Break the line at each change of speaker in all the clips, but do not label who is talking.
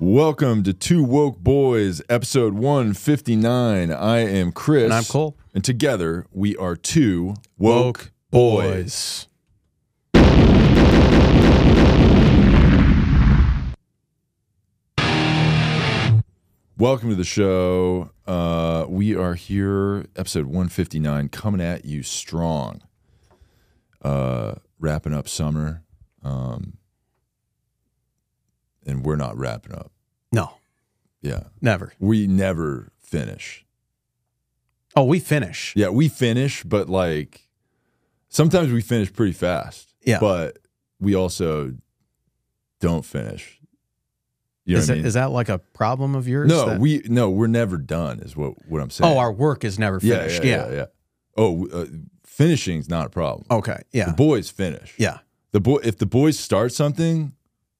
Welcome to Two Woke Boys, episode 159. I am Chris.
And I'm Cole.
And together we are two woke, boys. Welcome to the show. Uh, we are here, episode 159, coming at you strong. Uh, wrapping up summer. Um, and we're not wrapping up.
No,
Yeah.
never.
We never finish.
Oh, we finish.
Yeah, we finish, but like sometimes we finish pretty fast.
Yeah.
But we also don't finish. You know
is,
what I
that,
mean?
is that like a problem of yours?
no,
that-
we no, we're never done. Is what what I'm saying.
Oh, our work is never
yeah,
finished.
Yeah, yeah, yeah. Oh, uh, finishing's not a problem.
Okay. Oh, Yeah.
The boys finish.
yeah.
The boy, if the boys start something,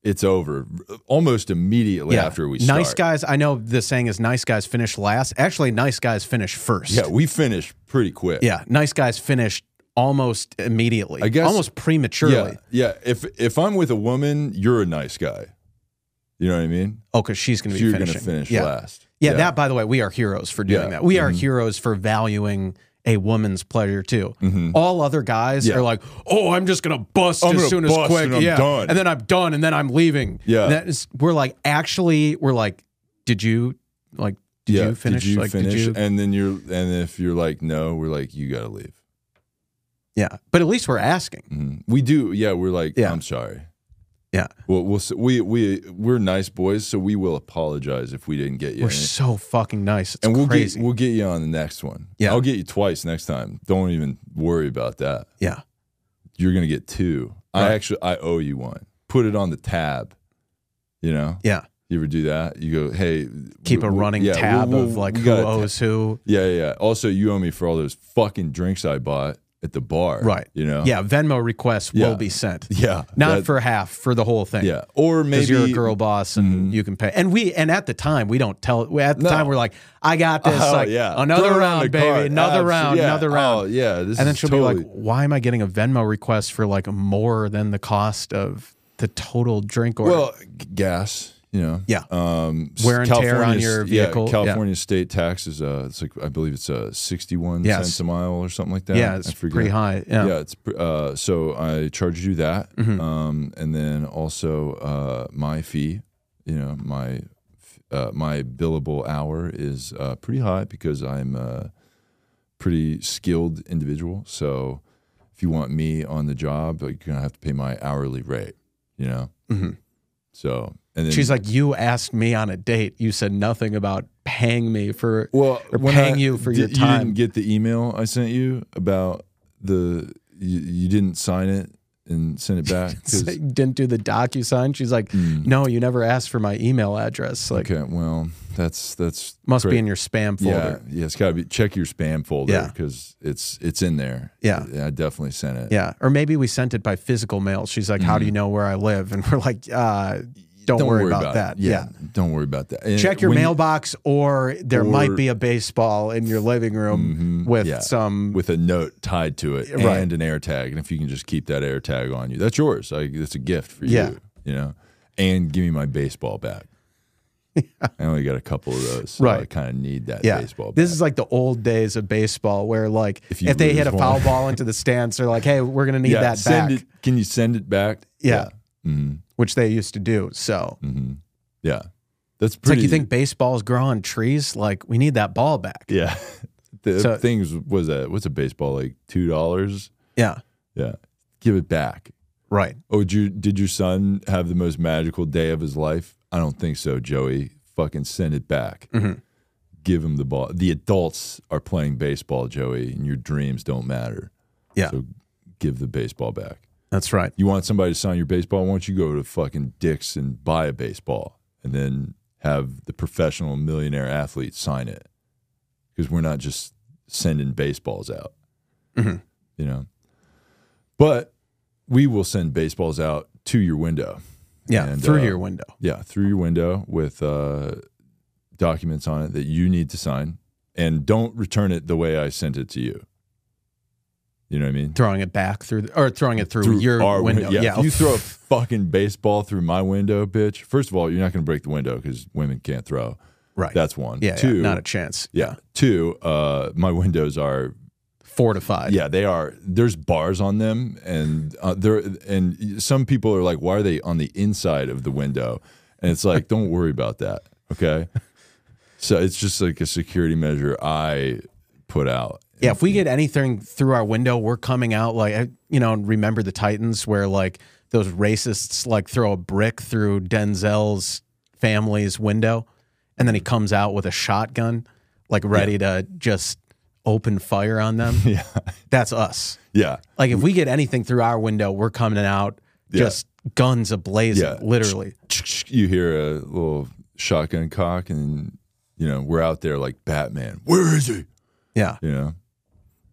it's over almost immediately
yeah.
after we
nice
start.
guys. I know the saying is nice guys finish last. Actually, nice guys finish first.
Yeah, we finish pretty quick.
Yeah. Nice guys finish almost immediately.
I guess-
almost prematurely.
Yeah, yeah. If if I'm with a woman, you're a nice guy. You know what I mean?
Oh, because she's going to be
You're
finishing.
gonna finish
yeah.
last.
yeah. That, by the way, we are heroes for doing
Yeah. Mm-hmm.
that. We are heroes for valuing a woman's pleasure too.
Mhm.
All other guys
Yeah.
are like, "Oh, I'm just gonna bust
I'm
as
gonna
soon as
bust
quick,
and I'm
yeah,
done.
and then I'm done, and then I'm leaving."
Yeah.
that is, we're like, actually, we're like, did you like? Did
yeah.
you finish?
Did you
like,
finish?
Did you?
And then you're and if you're like no, we're like you got to leave.
Yeah, but at least we're asking.
Mhm. We do. Yeah, we're like
Yeah.
I'm sorry.
Yeah,
Well, we'll s- we we we're nice boys, so we will apologize if we didn't get you.
we're
any-
so fucking nice. It's
and we'll
crazy.
get we'll get you on the next one.
Yeah.
I'll get you twice next time. Don't even worry about that.
yeah,
You're gonna get two. I
Right.
actually I owe you one. Put it on the tab. You know.
yeah.
You ever do that? You go, hey,
Keep
we-
a
we-
running
yeah,
tab
we'll-
of
we'll-
like
we
who
gotta ta-
owes who.
yeah, yeah, yeah. Also, you owe me for all those fucking drinks I bought at the bar,
Right.
You know,
Yeah, Venmo requests
Yeah.
will be sent.
yeah,
Not
that-
for half, for the whole thing.
yeah, or
because
maybe Mm-hmm.
you're a girl boss and you can pay. And we and at the time we don't tell. we- At the
No.
time we're like, I got this.
Oh,
like
yeah, Throw
another
it on the
round, baby.
cart.
Another
Abs-
round.
yeah.
Another round.
Oh yeah, this
and then
is
she'll
totally,
be like, Why am I getting a Venmo request for like more than the cost of the total drink order?
well, g- gas, you know,
Yeah.
um, s-
Wear and tear on
California's-
your
yeah,
vehicle. Yeah.
California state tax is uh, it's like I believe it's uh, sixty-one
Yes.
cents a mile or something like that.
yeah, it's
I forget.
pretty high. Yeah. Mm-hmm.
yeah it's pr- uh so i charge you that um and then also uh my fee you know my f- uh, my billable hour is uh pretty high because i'm a pretty skilled individual so if you want me on the job like, you're gonna have to pay my hourly rate you know
Mhm.
so and then
She's like, you asked me on a date. You said nothing about paying me for.
well
or
when
paying
I-
you for
di-
your
you
time.
didn't get the email i sent you about the you, you didn't sign it and send it back 'cause- Mm.
Didn't do the docu sign. She's like, no, you never asked for my email address. Like,
Okay, well, that's that's
must
great.
be in your spam
yeah,
folder.
yeah. It's got to be check your spam folder
Yeah.
because it's it's in there.
Yeah.
I definitely sent it. Mm-hmm.
Yeah. Or maybe we sent it by physical mail. She's like, How do you know where I live? And we're like, uh, don't, worry, about,
it.
that. Yeah.
don't worry about that. And
Check your
when you-
mailbox, or there might
Or-
be a baseball in your living room
Mhm.
with
Yeah.
some.
with a note tied to it
Right.
and an air tag. And if you can just keep that air tag on you, that's yours. Like that's a gift for
Yeah.
you. You know, and give me my baseball back. I only got a couple of those, so I
Right.
kind of need that
yeah,
baseball.
this
bat.
is like the old days of baseball, where like
If
if,
you
they hit a
lose
foul
one.
ball into the stands, they're like, "Hey, we're gonna need
yeah,
that
send
back,"
It, can you send it back?
Yeah.
yeah. Mhm.
which they used to do. So
Mhm. Yeah. That's
it's like
pretty.
you think baseball's growing trees? Like we need that ball back.
Yeah. The
So-
things was that what's a baseball like two dollars?
Yeah,
Yeah. Give it back.
right.
Oh, did you did your son have the most magical day of his life? I don't think so, Joey. Fucking send it back.
Mhm.
Give him the ball. The adults are playing baseball, Joey, and your dreams don't matter.
Yeah.
So give the baseball back.
That's right.
You want somebody to sign your baseball? Why don't you go to fucking Dick's and buy a baseball and then have the professional millionaire athlete sign it? Because we're not just sending baseballs out,
Mhm.
you know? But we will send baseballs out to your window.
Yeah,
And,
through
uh,
your window.
Yeah, through your window with uh, documents on it that you need to sign. And don't return it the way I sent it to you. You know what I mean?
throwing it back through the, or throwing it through, your
our win-
window. Yeah,
if you throw a fucking baseball through my window, bitch. First of all, you're not going to break the window because women can't throw.
right.
That's one.
yeah, yeah,
Two.
not a chance.
yeah. Two. Uh, my windows are
fortified.
Yeah, they are. There's bars on them, and uh, there and some people are like, "Why are they on the inside of the window?" And it's like, don't worry about that. Okay, so it's just like a security measure I put out.
Yeah, if we get anything through our window, we're coming out like I- you know. and Remember the Titans, where like those racists like throw a brick through Denzel's family's window, and then he comes out with a shotgun, like ready to just open fire on them.
Yeah,
That's us.
yeah,
Like if we get anything through our window, we're coming out
Yeah.
just guns ablazing,
Yeah.
literally.
you hear a little shotgun cock, and you know we're out there like Batman. Where is he?
Yeah.
You know,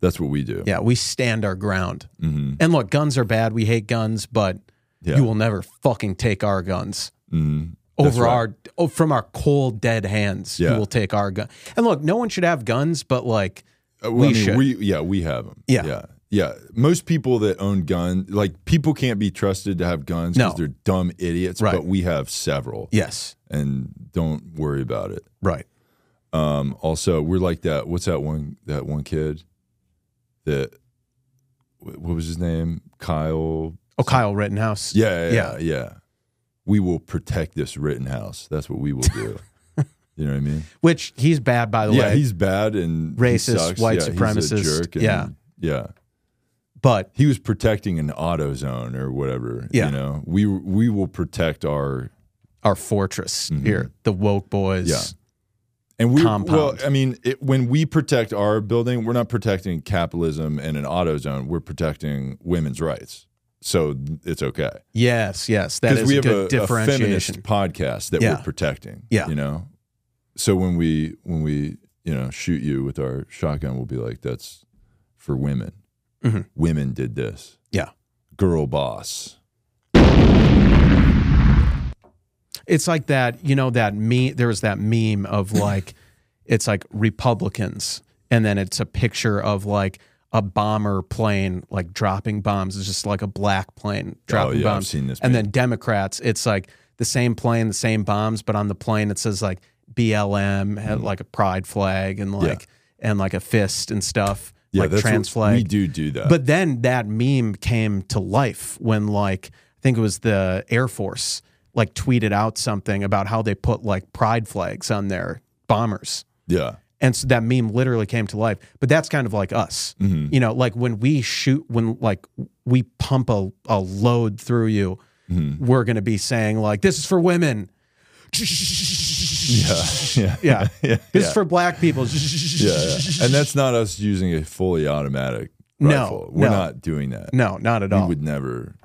that's what we do.
Yeah, we stand our ground.
hmm
And look, guns are bad. We hate guns, but
Yeah.
you will never fucking take our guns
hmm
over our oh, from our cold dead hands.
Yeah.
You will take our gun. And look, no one should have guns, but like
Uh,
We
well, I mean,
should.
we yeah, we have them.
Yeah.
yeah, yeah. Most people that own gun, like people can't be trusted to have guns because
No.
they're dumb idiots.
Right.
But we have several,
yes,
and don't worry about it.
right.
Um, also, we're like that. What's that one? That one kid that wh- what was his name? Kyle.
Oh, Kyle Rittenhouse.
Yeah, yeah, yeah. yeah. We will protect this Rittenhouse. That's what we will do. you know what I mean?
Which he's bad by the
yeah,
way.
he's bad and he
Racist,
sucks.
white
yeah, He's a
supremacist.
jerk and-
Yeah.
yeah.
But
he was protecting an auto zone or whatever.
Yeah.
You know, we we will protect our
our fortress here, the woke boys.
Mm-hmm. Yeah. and we well,
Compound.
I mean, it, when we protect our building, we're not protecting capitalism and an auto zone. We're protecting women's rights. So it's okay
Yes, yes. That
because
is
we
a
have
good
a, a feminist
differentiation.
podcast that
Yeah.
we're protecting.
Yeah.
You know, so when we when we you know shoot you with our shotgun, we'll be like, that's for women.
Mhm.
Women did this.
Yeah.
Girl boss.
It's like that, you know, that me there was that meme of like it's like Republicans and then it's a picture of like a bomber plane like dropping bombs. It's just like a black plane dropping
Oh, yeah, I've
bombs.
seen this
and
meme.
then Democrats, it's like the same plane, the same bombs, but on the plane it says like BLM had
Mm-hmm.
like a pride flag and like and like a fist and stuff. like
that's
trans
what-
flag.
We do do that.
But then that meme came to life when, like, I think it was the Air Force, like, tweeted out something about how they put like pride flags on their bombers.
yeah.
And so that meme literally came to life. But that's kind of like us.
Mm-hmm.
You know, like when we shoot, when like we pump a, a load through you,
Mm-hmm.
we're going to be saying, like, this is for women.
Yeah. Yeah.
Yeah.
Yeah.
This is for black people.
yeah, yeah. And that's not us using a fully automatic
No,
rifle. We're
no.
not doing that.
No, not at all.
We would never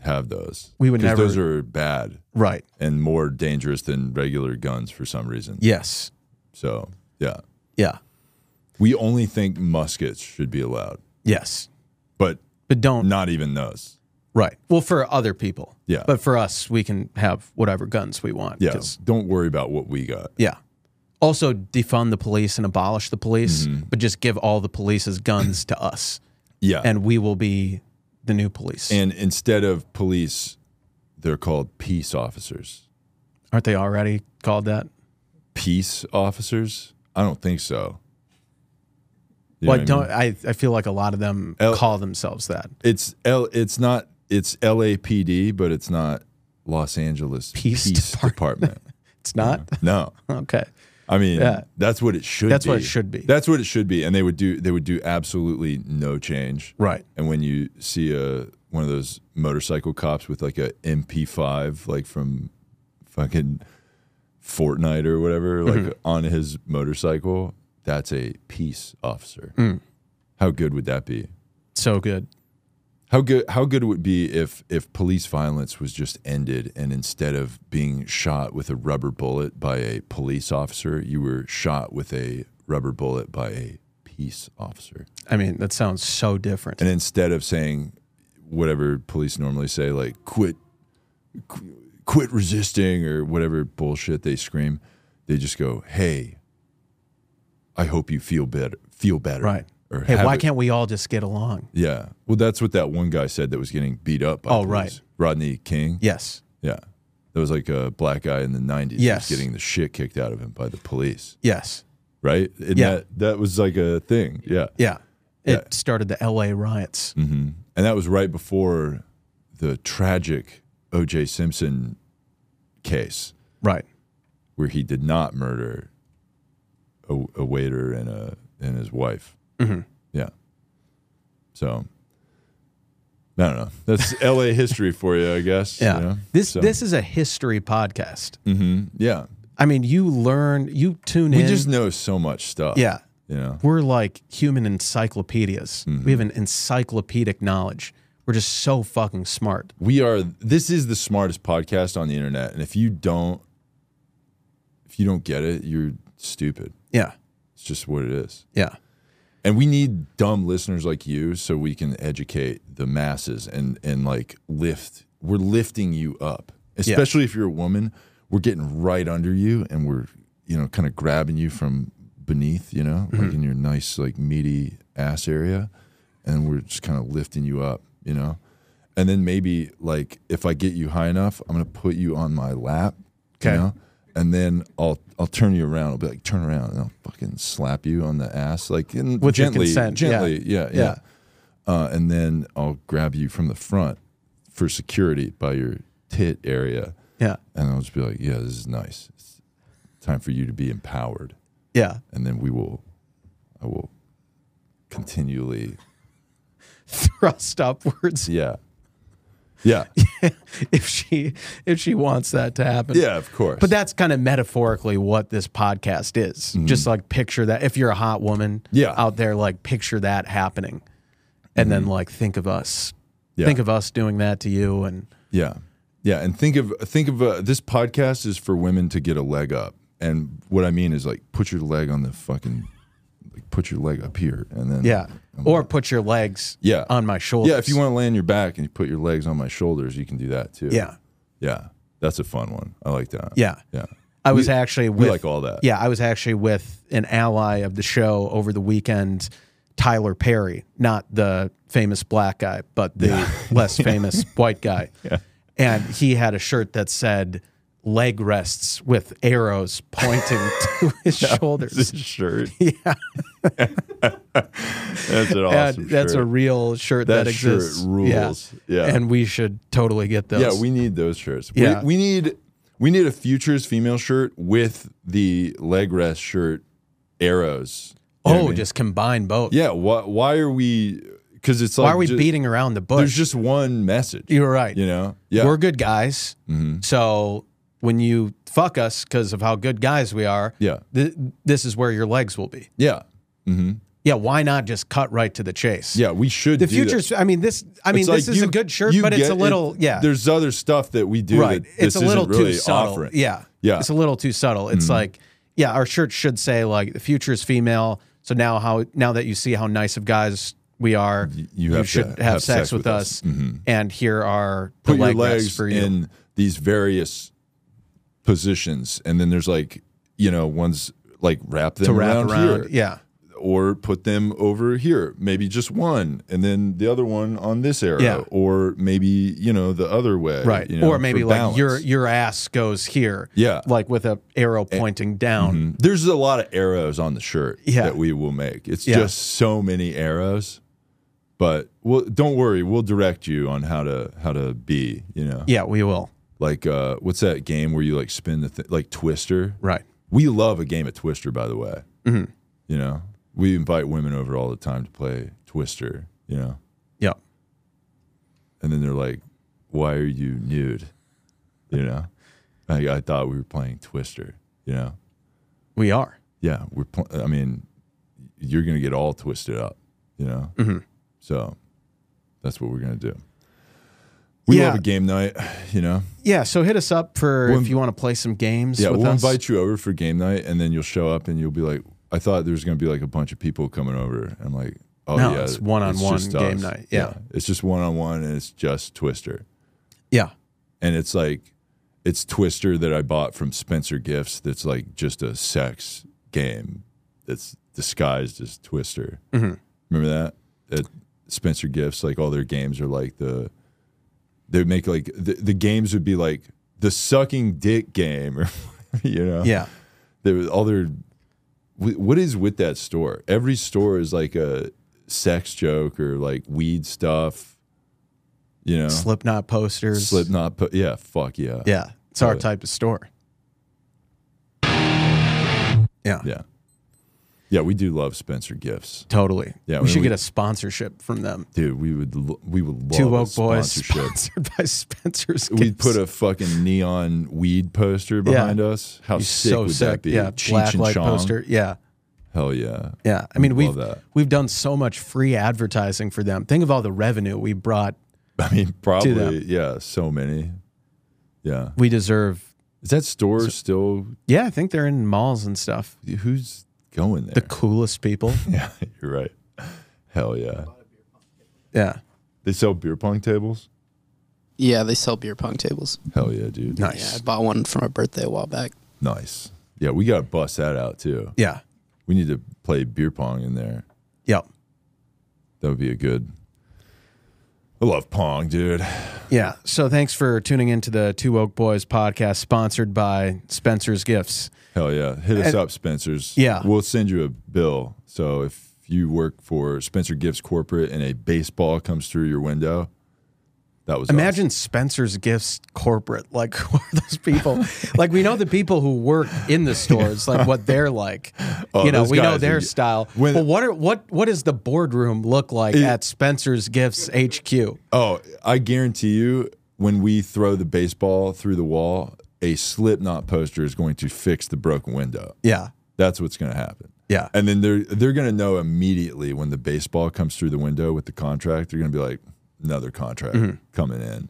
have those.
We would
'Cause
never-
Those are bad
right.
and more dangerous than regular guns for some reason.
Yes.
So, yeah.
Yeah.
We only think muskets should be allowed,
Yes.
but
But don't
not even those.
Right. Well, for other people.
Yeah.
But for us, we can have whatever guns we want.
Yeah.
'cause-
Don't worry about what we got.
Yeah. Also, defund the police and abolish the police,
Mm-hmm.
but just give all the police's guns to us,
Yeah.
and we will be the new police.
and instead of police, they're called peace officers.
Aren't they already called that?
peace officers? I don't think so. You know what
well, I
I
don't.
mean?
I, I feel like a lot of them
L-
call themselves that.
It's L. It's not. It's LAPD, but it's not Los Angeles
Peace
Department.
It's not
no,
okay.
I mean
Yeah.
that's what it should.
That's
be.
what it should be.
That's what it should be. And they would do. They would do absolutely no change.
Right.
And when you see a one of those motorcycle cops with like a MP5, like from fucking Fortnite or whatever, like on his motorcycle, that's a peace officer. How good would that be?
So good.
How good how good would it be if if police violence was just ended and instead of being shot with a rubber bullet by a police officer, you were shot with a rubber bullet by a peace officer.
I mean, that sounds so different.
And instead of saying whatever police normally say, like quit, qu- quit resisting or whatever bullshit they scream, they just go, "Hey, I hope you feel better. Feel better."
Right.
Or
Hey,
have
why
it-
can't we all just get along?
Yeah. Well, that's what that one guy said that was getting beat up. By
Oh,
police.
right.
Rodney King.
Yes.
Yeah. That was like a black guy in the 90s. who
Yes.
was getting the shit kicked out of him by the police.
Yes.
Right. And
Yeah.
That, that was like a thing. Yeah.
Yeah. It
Yeah.
started the LA riots.
hmm And that was right before the tragic O.J. Simpson case
Right.
where he did not murder a, a waiter and a and his wife.
Mhm.
Yeah. So I don't know. That's L.A. history for you, I guess.
Yeah.
you know?
This
So-
this is a history podcast.
Mhm. Yeah.
I mean, you learn, you tune
We
in.
just know so much stuff.
yeah.
You know.
We're like human encyclopedias.
Mm-hmm.
We have an encyclopedic knowledge. We're just so fucking smart.
we are this is the smartest podcast on the internet and if you don't if you don't get it you're stupid
Yeah.
it's just what it is
Yeah.
and we need dumb listeners like you so we can educate the masses and and like lift we're lifting you up especially if you're a woman we're getting right under you and we're you know kind of grabbing you from beneath you know like in your nice like meaty ass area and we're just kind of lifting you up you know and then maybe like if i get you high enough i'm gonna put you on my lap
Okay.
you know and then I'll I'll turn you around. I'll be like, turn around, and I'll fucking slap you on the ass, like and
With your
gently,
consent, yeah.
gently, yeah, yeah. Uh, and then I'll grab you from the front for security by your tit area,
Yeah.
and I'll just be like, yeah, this is nice. It's time for you to be empowered,
Yeah.
and then we will, I will, continually,
Thrust upwards
yeah, yeah,
if she if she wants that to happen.
yeah, of course.
But that's kind of metaphorically what this podcast is. Just like picture that if you're a hot woman
Mm-hmm. Yeah. Mm-hmm.
out there, like picture that happening. And then like think of us.
Yeah.
Think of us doing that to you and
Yeah, yeah, and think of think of uh, this podcast is for women to get a leg up, and what I mean is like put your leg on the fucking, like put your leg up here, and then
yeah. Or put your legs
yeah,
on my shoulders.
yeah. If you want to lay on your back and you put your legs on my shoulders, you can do that too.
Yeah.
yeah, that's a fun one. I like that.
Yeah.
yeah.
I was actually with
We like all that.
Yeah, I was actually with an ally of the show over the weekend, Tyler Perry, not the famous black guy, but the less famous white guy. And he had a shirt that said leg rests with arrows pointing to his shoulders.
shirt. Yeah, that's an awesome.
and that's a
shirt.
real shirt that,
That shirt
exists.
rules. Yeah.
And we should totally get those.
Yeah, we need those shirts.
Yeah.
We, we need we need a futures female shirt with the leg rest shirt arrows. You know what I
oh,
mean?
just combine both.
yeah. Why why are we? Because it's like
Why are we
ju-
beating around the
There's
bush?
just one message.
You're right.
You know. Yeah.
We're good guys.
Mhm.
So when you fuck us because of how good guys we are,
Yeah.
th- this is where your legs will be.
Yeah. hmm
Yeah, why not just cut right to the chase?
Yeah. We should.
The
do that.
future's I mean this I mean
It's
this
like
is a
you-
good shirt,
you
but it's
get
a
it-
little yeah.
There's other stuff that we do.
right.
That
It's
this
a little
isn't really
too subtle.
Offering.
Yeah.
Yeah. Mm-hmm.
It's a little too subtle. It's like yeah, our shirt should say like the future is female. So now how now that you see how nice of guys we are,
you have to
should have,
have
sex, with us. And here are the
Mm-hmm. put your
leg rests
legs
for you.
in these various positions, and then there's like you know ones like wrap them
to wrap
around,
around.
here,
Yeah.
or put them over here. Maybe just one, and then the other one on this arrow,
Yeah.
or maybe you know the other way,
right
uh, you know,
or maybe
for
like
balance.
your your ass goes here
Yeah.
like with a arrow pointing down
Mhm. There's a lot of arrows on the shirt
Yeah.
that we will make. It's
Yeah.
just so many arrows. But we'll, don't worry, we'll direct you on how to how to be, you know.
yeah we will
like uh what's that game where you like spin the th- like twister
right
we love a game of twister by the way
Mm-hmm.
you know we invite women over all the time to play twister you know
yeah
and then they're like why are you nude you know like, i thought we were playing twister you know
we are
yeah we're pl- i mean you're gonna get all twisted up you know
Mm-hmm.
so that's what we're gonna do we
Yeah.
love a game night you know
yeah so hit us up for
We'll-
if you want to play some games
Yeah,
with
we'll
us.
invite you over for game night, and then you'll show up, and you'll be like, "I thought there was going to be like a bunch of people coming over." I'm like, "Oh
No,
yeah,
it's one-on-one
just
game
us."
night, yeah.
it's just one on one, and it's just Twister,
yeah
and it's like, it's Twister that I bought from Spencer Gifts. That's like just a sex game that's disguised as Twister. Remember that at Spencer Gifts? Like all their games are like the they would make like the, the games would be like the sucking dick game or Uh, you know
Yeah.
they were all their wh- what is with that store every store is like a sex joke or like weed stuff you know
Slipknot posters.
slipknot po- yeah fuck yeah
Yeah. It's our type of store. Yeah.
yeah yeah we do love spencer gifts
Totally.
Yeah,
We
we-
should
we-
get a sponsorship from them.
dude we would lo- we would love
Two
a
Woke Boys
sponsorship
sponsored by Spencer's.
We'd put
Gifts.
a fucking neon weed poster behind us. How
He's
sick
so
would
sick.
that be?
Yeah.
Cheech
Black
and
light
Chong.
poster. Yeah.
Hell yeah.
Yeah. I mean,
Love
we've
that.
we've done so much free advertising for them. Think of all the revenue we brought.
I mean,
them.
probably yeah. So many. Yeah.
We deserve.
Is that store still?
Yeah, I think they're in malls and stuff.
Who's going there?
The coolest people.
Yeah, you're right. Hell yeah.
Yeah.
They sell beer pong tables?
Yeah, they sell beer pong tables.
Hell yeah, dude.
Yeah,
Nice.
I bought one for my birthday a while back.
Nice. Yeah, we got to bust that out too.
Yeah.
We need to play beer pong in there.
Yep.
That would be a good. I love pong, dude.
Yeah. So thanks for tuning into the Two Oak Boys podcast, sponsored by Spencer's Gifts.
Hell yeah. Hit us
And-
up, Spencer's.
Yeah.
We'll send you a bill. So if you work for Spencer Gifts Corporate and a baseball comes through your window, that was us.
Imagine Spencer's Gifts corporate. Like, who are those people? like, we know the people who work in the stores, like what they're like.
Oh,
you know,
those
we know
guys
their
are-
style.
when-
but what are what what does the boardroom look like at Spencer's Gifts HQ?
Oh, I guarantee you, when we throw the baseball through the wall, a Slipknot poster is going to fix the broken window.
Yeah.
That's what's going to happen.
Yeah.
And then they're they're going to know immediately when the baseball comes through the window with the contract. They're going to be like, another contract
Mm-hmm.
coming in.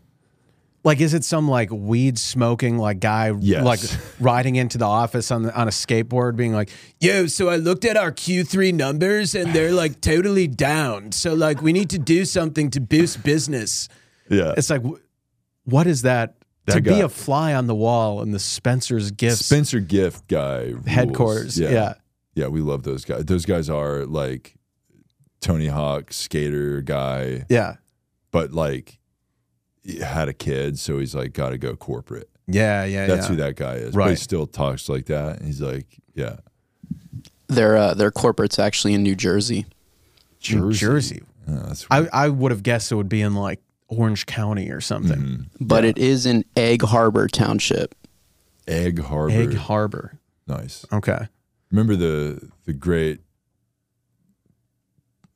Like, is it some like weed smoking like guy
Yes.
like riding into the office on the, on a skateboard, being like, "Yo, so I looked at our Q three numbers and they're like totally down. So like, we need to do something to boost business."
Yeah,
It's like, wh- what is that?
That
to be
guy-
a fly on the wall in the Spencer's Gifts
Spencer Gift guy rules.
headquarters. Yeah.
yeah, Yeah, We love those guys. Those guys are like Tony Hawk skater guy,
yeah,
but like he had a kid, so he's like got to go corporate.
yeah, yeah,
That's
yeah.
who that guy is. But he
Right.
still talks like that. And he's like, yeah.
Their uh, their corporate's actually in New Jersey.
New Jersey.
Yeah, Uh, that's
I I would have guessed it would be in like Orange County or something.
mm-hmm.
But it is in Egg Harbor Township.
Egg Mm-hmm. Harbor.
Egg Harbor.
nice.
Okay.
Remember the the great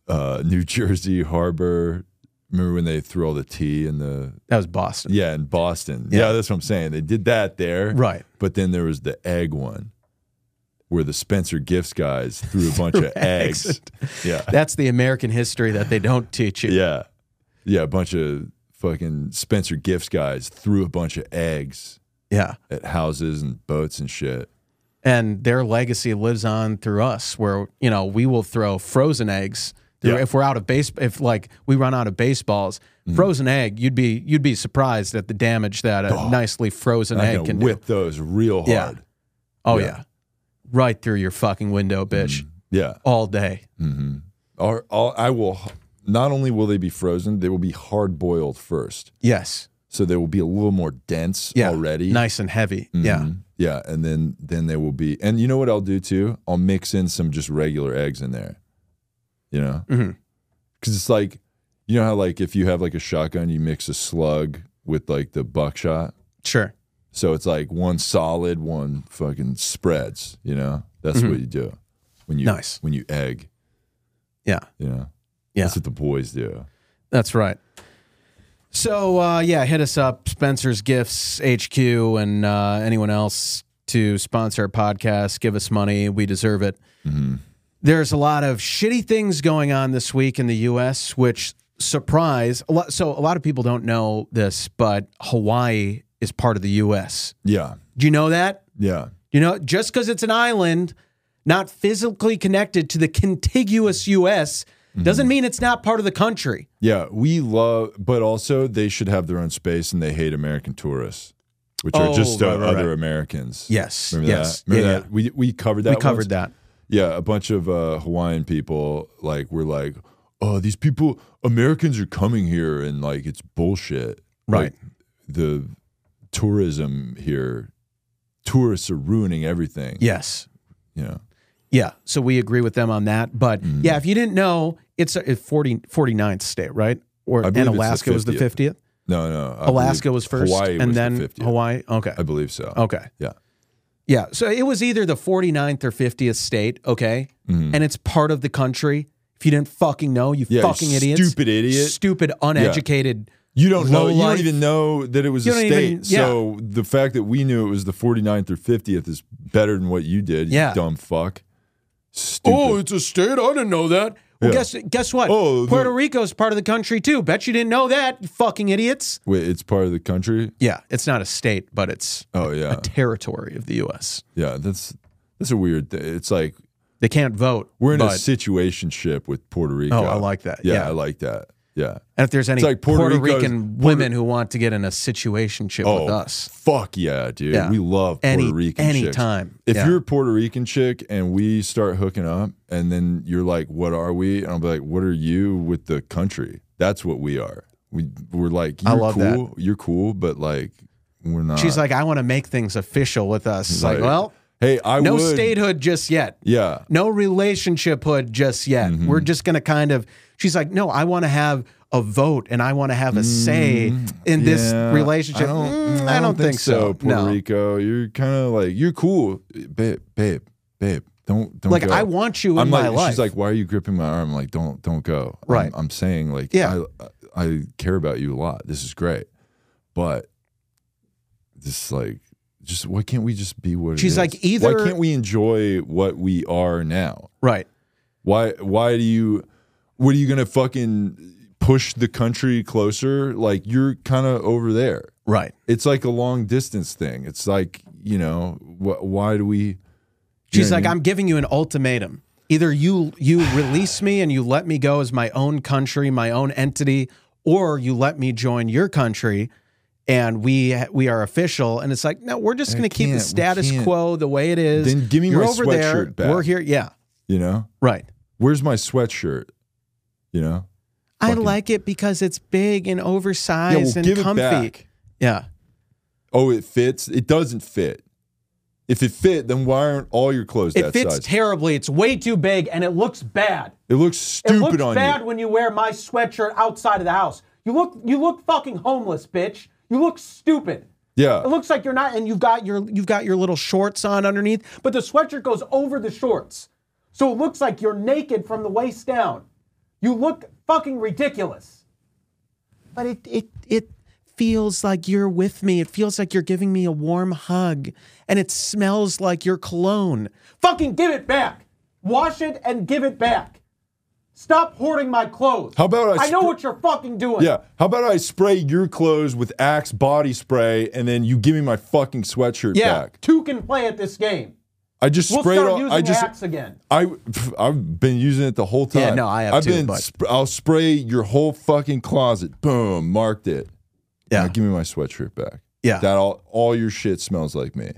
uh, New Jersey Harbor? Remember when they threw all the tea in the
That was Boston.
yeah in Boston? Yeah,
Yeah.
that's what I'm saying. They did that there,
Right.
But then there was the egg one, where the Spencer Gifts guys threw a bunch of eggs. Yeah,
That's the American history that they don't teach you.
Yeah. Yeah, a bunch of fucking Spencer Gifts guys threw a bunch of eggs
Yeah.
at houses and boats and shit.
And their legacy lives on through us where, you know, we will throw frozen eggs.
Yeah. Mm-hmm.
If we're out of base if like we run out of baseballs, frozen egg, you'd be you'd be surprised at the damage that a nicely frozen
And
egg
I can
can
Oh, whip
do.
those real
Yeah.
hard.
Oh yeah.
yeah. Mm.
Right through your fucking window, bitch.
Yeah.
All day.
Or, or I will not only will they be frozen, they will be hard boiled first.
Yes.
So they will be a little more dense
Yeah.
already.
Nice and heavy. Yeah.
Mhm. Yeah, and then then they will be. And you know what I'll do too? I'll mix in some just regular eggs in there. You know, because
Mhm.
it's like, you know how like if you have like a shotgun, you mix a slug with like the buckshot.
Sure.
So it's like one solid, one fucking spreads. You know, that's what you do when you
Mm-hmm. Nice.
when you egg.
Yeah.
You know,
Yeah.
that's what the boys do.
That's right. So uh, yeah, hit us up, Spencer's Gifts HQ, and uh, anyone else to sponsor our podcast. Give us money; we deserve it. There's a lot of shitty things going on this week in the U.S., which surprise. A lot, so a lot of people don't know this, but Hawaii is part of the U.S.
Yeah,
Do you know that?
yeah,
You know, just because it's an island not physically connected to the contiguous U.S. doesn't mean it's not part of the country.
yeah. We love, but also they should have their own space, and they hate American tourists, which are
Oh,
just uh,
right, right,
other
right.
Americans.
Yes.
Remember
yes.
that? Remember
yeah,
that? We we covered that.
yeah. We covered
once.
that.
yeah, a bunch of uh, Hawaiian people like were like, "Oh, these people, Americans are coming here, and like it's bullshit."
Right.
Like, the tourism here, tourists are ruining everything.
Yes.
you know,
Yeah. So we agree with them on that. But
Mm-hmm.
yeah, if you didn't know, it's a it's 40, 49th state, right? Or
I
and
believe it's the
Alaska was the
50th.
fiftieth.
no, no. I
Alaska
believe
was first,
Hawaii
and
was
then
the 50th.
Hawaii. Okay.
I believe so.
Okay.
Yeah.
Yeah. So it was either the 49th or 50th state, okay? And it's part of the country. If you didn't fucking know, you
Mm-hmm. Yeah, you
fucking idiots.
stupid idiot.
Stupid, uneducated.
You don't know. You
lowlife.
don't even know that it was
You
a
don't
state.
even-
So the fact that we knew it was the 49th or 50th is better than what you did.
Yeah. Oh,
You dumb fuck. Stupid.
it's a state? I didn't know that. Well,
Yeah.
guess guess what?
Oh, the-
Puerto Rico's part of the country too. Bet you didn't know that, you fucking idiots.
Wait, it's part of the country.
Yeah, it's not a state, but it's
Oh yeah,
territory of the U.S.
yeah. That's that's a weird. Th- it's like
They can't vote.
we're in a
but-
situation ship with Puerto Rico.
Oh, I like that.
Yeah,
Yeah.
I like that. Yeah.
and if there's any
It's like
Puerto,
Puerto Rico's-
Rican women who want to get in a situationship
Oh,
with us,
fuck yeah, dude.
Yeah.
We love Puerto
any
Rican
any
chicks.
time.
If
Yeah.
you're a Puerto Rican chick and we start hooking up, and then you're like, "What are we?" and I'll be like, "What are you with the country?" That's what we are. We we're like,
I
"You're
love that.
cool. You're cool," but like, we're not.
She's like, I want to make things official with us. It's like,
Right.
well,
"Hey, I
no
would."
statehood just yet.
Yeah, Mm-hmm.
No relationship hood just yet. We're just going to kind of, she's like, no, I want to have a vote and I want to have a say in this
Mm-hmm. Yeah.
relationship. Mm, I don't, think, so.
Puerto
no.
Rico, you're kind of like, you're cool, babe, babe, babe. Don't don't
Like,
go.
I want you in
I'm
my
like,
life.
she's like, why are you gripping my arm? I'm like, don't, don't go. I'm-
Right.
I'm, saying like,
Yeah.
I, I care about you a lot. This is great, but this is like, just why can't we just be what? it
She's
is?
like, either-
Why can't we enjoy what we are now?
right.
Why? Why do you? What are you gonna fucking push the country closer? Like you're kind of over there.
Right.
It's like a long distance thing. It's like you know, wh- why do we?
She's
know what I
like,
mean?
I'm giving you an ultimatum. Either you you release me and you let me go as my own country, my own entity, or you let me join your country, and we we are official. And it's like, no, we're just going to keep the
can't, we
status
can't.
quo the way it is.
Then give me
You're
my
over there.
sweatshirt back.
We're here. Yeah,
You know.
right.
Where's my sweatshirt? You know?
I like it because it's big and oversized and comfy. Yeah,
Oh, it fits? It doesn't fit. If it fit, then why aren't all your clothes
it
that
fits
size?
terribly. It's way too big and it looks bad.
it looks
It
stupid
looks
on
bad
you.
when you wear my sweatshirt outside of the house. You look you look fucking homeless, bitch. You look stupid.
Yeah.
It looks like you're not and you've got your you've got your little shorts on underneath, but the sweatshirt goes over the shorts. So it looks like you're naked from the waist down. You look fucking ridiculous. But it it it feels like you're with me. It feels like you're giving me a warm hug and it smells like your cologne. Fucking give it back. Wash it and give it back. Stop hoarding my clothes.
How about I
I know
sp-
what you're fucking doing.
yeah. How about I spray your clothes with Axe body spray and then you give me my fucking sweatshirt
Yeah.
back?
Two can play at this game.
I just
We'll
sprayed
start
all,
using
I just
axe again.
I I've been using it the whole time.
Yeah, no, I have
I've
too,
been
but-
sp- I'll spray your whole fucking closet. Boom, marked it.
Yeah.
Now give me my sweatshirt back.
Yeah.
That all all your shit smells like me.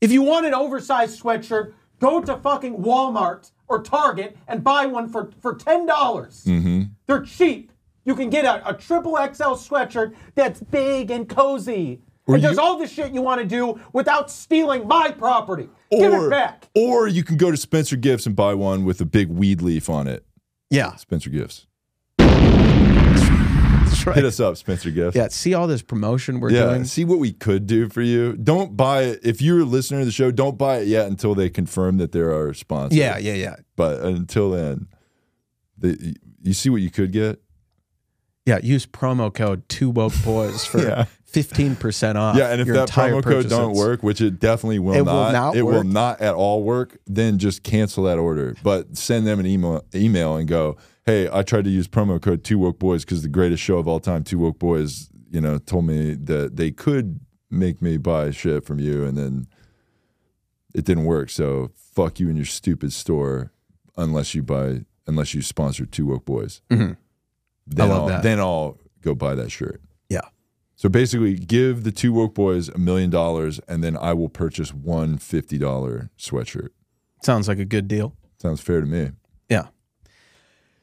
If you want an oversized sweatshirt, go to fucking Walmart or Target and buy one for, for $10. dollars
Mm-hmm.
They're cheap. You can get a, a triple XL sweatshirt that's big and cozy.
Or
and does
you-
all the shit you want to do without stealing my property. Give it back.
Or you can go to Spencer Gifts and buy one with a big weed leaf on it.
Yeah.
Spencer Gifts.
That's right.
Hit us up, Spencer Gifts.
Yeah, see all this promotion we're
Yeah,
doing.
see what we could do for you. Don't buy it. If you're a listener to the show, don't buy it yet until they confirm that they're our sponsor.
Yeah, yeah, yeah,
But until then, the, you see what you could get?
yeah. Use promo code Two Woke Boys for
Yeah.
fifteen percent off.
yeah, and if
your
that
entire
promo code
purchases.
don't work, which it definitely will
It will
not,
not
it will
work.
not at all work, then just cancel that order. But send them an email email and go, hey, I tried to use promo code Two Woke Boys because the greatest show of all time, Two Woke Boys, you know, told me that they could make me buy shit from you, and then it didn't work. So fuck you and your stupid store, unless you buy, unless you sponsor Two Woke Boys. Then
Mm-hmm. love
I'll,
that.
Then I'll go buy that shirt.
yeah,
So basically, give the two woke boys a million dollars, and then I will purchase one fifty dollar sweatshirt.
Sounds like a good deal.
Sounds fair to me.
Yeah.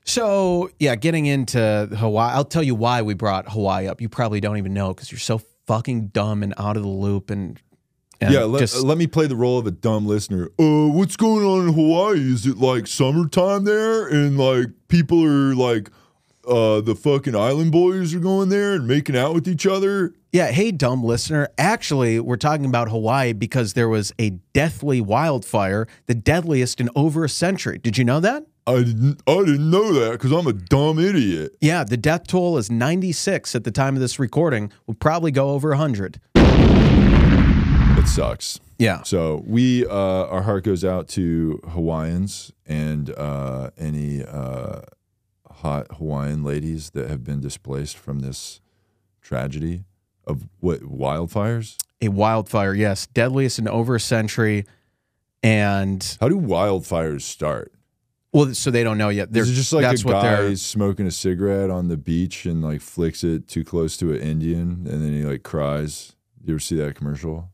So, yeah, getting into Hawaii, I'll tell you why we brought Hawaii up. You probably don't even know because you're so fucking dumb and out of the loop and, and
yeah, let,
just
let me play the role of a dumb listener. Uh, what's going on in Hawaii? Is it like summertime there, and like people are like, uh, the fucking island boys are going there and making out with each other?
Yeah, hey, dumb listener. Actually, we're talking about Hawaii because there was a deathly wildfire, the deadliest in over a century. Did you know that?
I didn't, I didn't know that because I'm a dumb idiot.
Yeah, the death toll is 96 at the time of this recording. We'll probably go over 100.
It sucks.
Yeah.
So we, uh, our heart goes out to Hawaiians and uh, any uh, hot Hawaiian ladies that have been displaced from this tragedy of what wildfires.
A wildfire, yes, deadliest in over a century. And
How do wildfires start?
well, so they don't know yet. They're
Is it just like
that's
a
what
guy
they're
smoking a cigarette on the beach and like flicks it too close to an Indian and then he like cries? You ever see that commercial?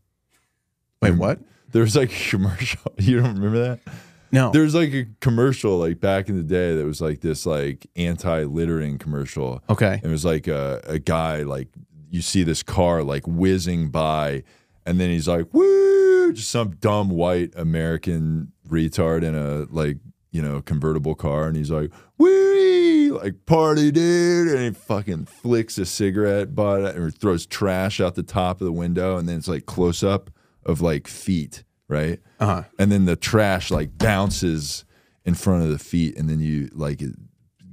Wait, what?
There was like a commercial. You don't remember that?
No.
There was like a commercial like back in the day that was like this like anti littering commercial.
Okay.
And it was like a, a guy like you see this car like whizzing by and then he's like woo just some dumb white american retard in a like you know convertible car and he's like woo like party dude and he fucking flicks a cigarette butt or throws trash out the top of the window and then it's like close up of like feet right
Uh-huh.
and then the trash like bounces in front of the feet and then you like it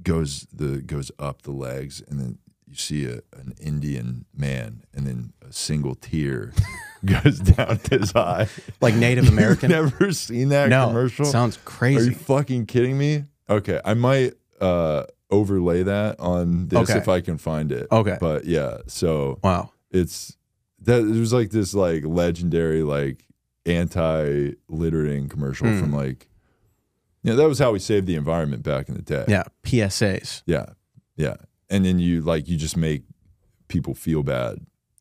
goes the goes up the legs and then you see a, an indian man and then a single tear goes down his eye
Like Native American.
You've never seen that
no,
commercial
sounds
are
crazy.
you fucking kidding me okay i might uh overlay that on this
Okay.
if i can find it
Okay.
but yeah so
wow.
it's that it was like this like legendary like anti littering commercial from
Hmm.
like you know, that was how we saved the environment back in the day.
Yeah, PSAs.
Yeah. Yeah. And then you like you just make people feel bad.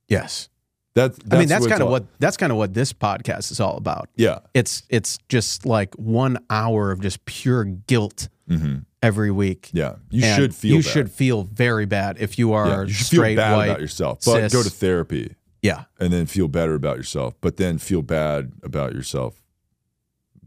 Yes.
That's,
I mean, that's
it's
kind of
all-
what that's kind of what this podcast is all about.
Yeah.
It's it's just like 1 hour of just pure guilt
hmm
every week.
Yeah. You
And
should feel
you
bad.
should feel very bad if you are
yeah. you should feel
straight
bad
white.
about yourself. But
cis.
go to therapy
Yeah,
and then feel better about yourself, but then feel bad about yourself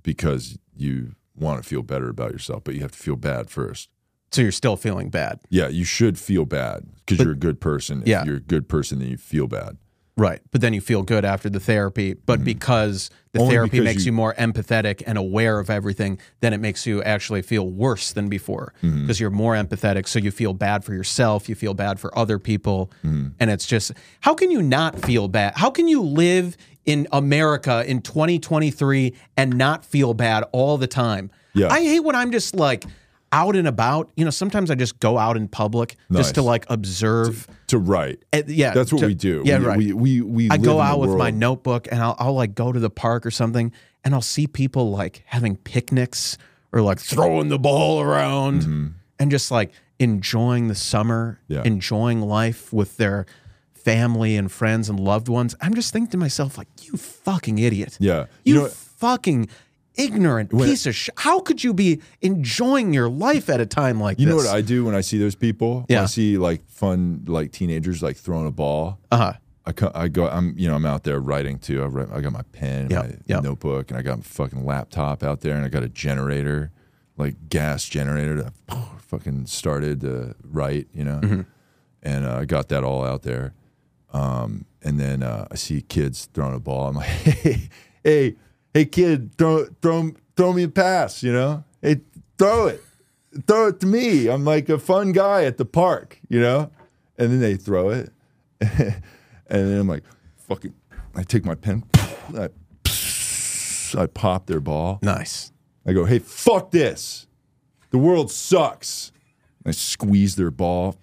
because you want to feel better about yourself, but you have to feel bad first.
so you're still feeling bad,
Yeah, you should feel bad because you're a good person. If
Yeah.
you're a good person, then you feel bad.
right? But then you feel good after the therapy. But because the
Mm-hmm. Only
therapy
because
makes
you-
you, more empathetic and aware of everything, then it makes you actually feel worse than before
Mm-hmm.
because you're more empathetic. So you feel bad for yourself, you feel bad for other people,
Mm-hmm.
and it's just how can you not feel bad? How can you live in America in 2023 and not feel bad all the time?
Yeah.
I hate when I'm just like out and about. You know, sometimes I just go out in public
Nice.
just to like observe.
To write.
Uh, yeah,
That's what
to-
we do.
Yeah,
we,
right.
We, we, we
I
live in
go
the
out with my
world.
notebook and I'll, I'll like go to the park or something and I'll see people like having picnics or like throwing the ball around and just like enjoying the summer,
Mm-hmm. Yeah.
enjoying life with their family and friends and loved ones. I'm just thinking to myself, like, you fucking idiot.
Yeah. You
You,
know-
fucking ignorant piece of sh- How could you be enjoying your life at a time like
You
this?
know what I do when I see those people? When
Yeah.
I see like fun, like teenagers, like throwing a ball.
uh-huh.
I, co- I go, I'm, you know, I'm out there writing too. I, write, I got my pen, and
Yeah,
my
yeah.
notebook, and I got my fucking laptop out there, and I got a generator, like gas generator that I fucking started to write, you know,
Mm-hmm.
and uh, I got that all out there. Um, and then uh, I see kids throwing a ball. I'm like, hey, hey, hey, kid, throw, throw, throw me a pass, you know? Hey, throw it, throw it to me. I'm like a fun guy at the park, you know? And then they throw it. And then I'm like, fucking, I take my pen, I, I pop their ball.
Nice.
I go, hey, fuck this. The world sucks. I squeeze their ball.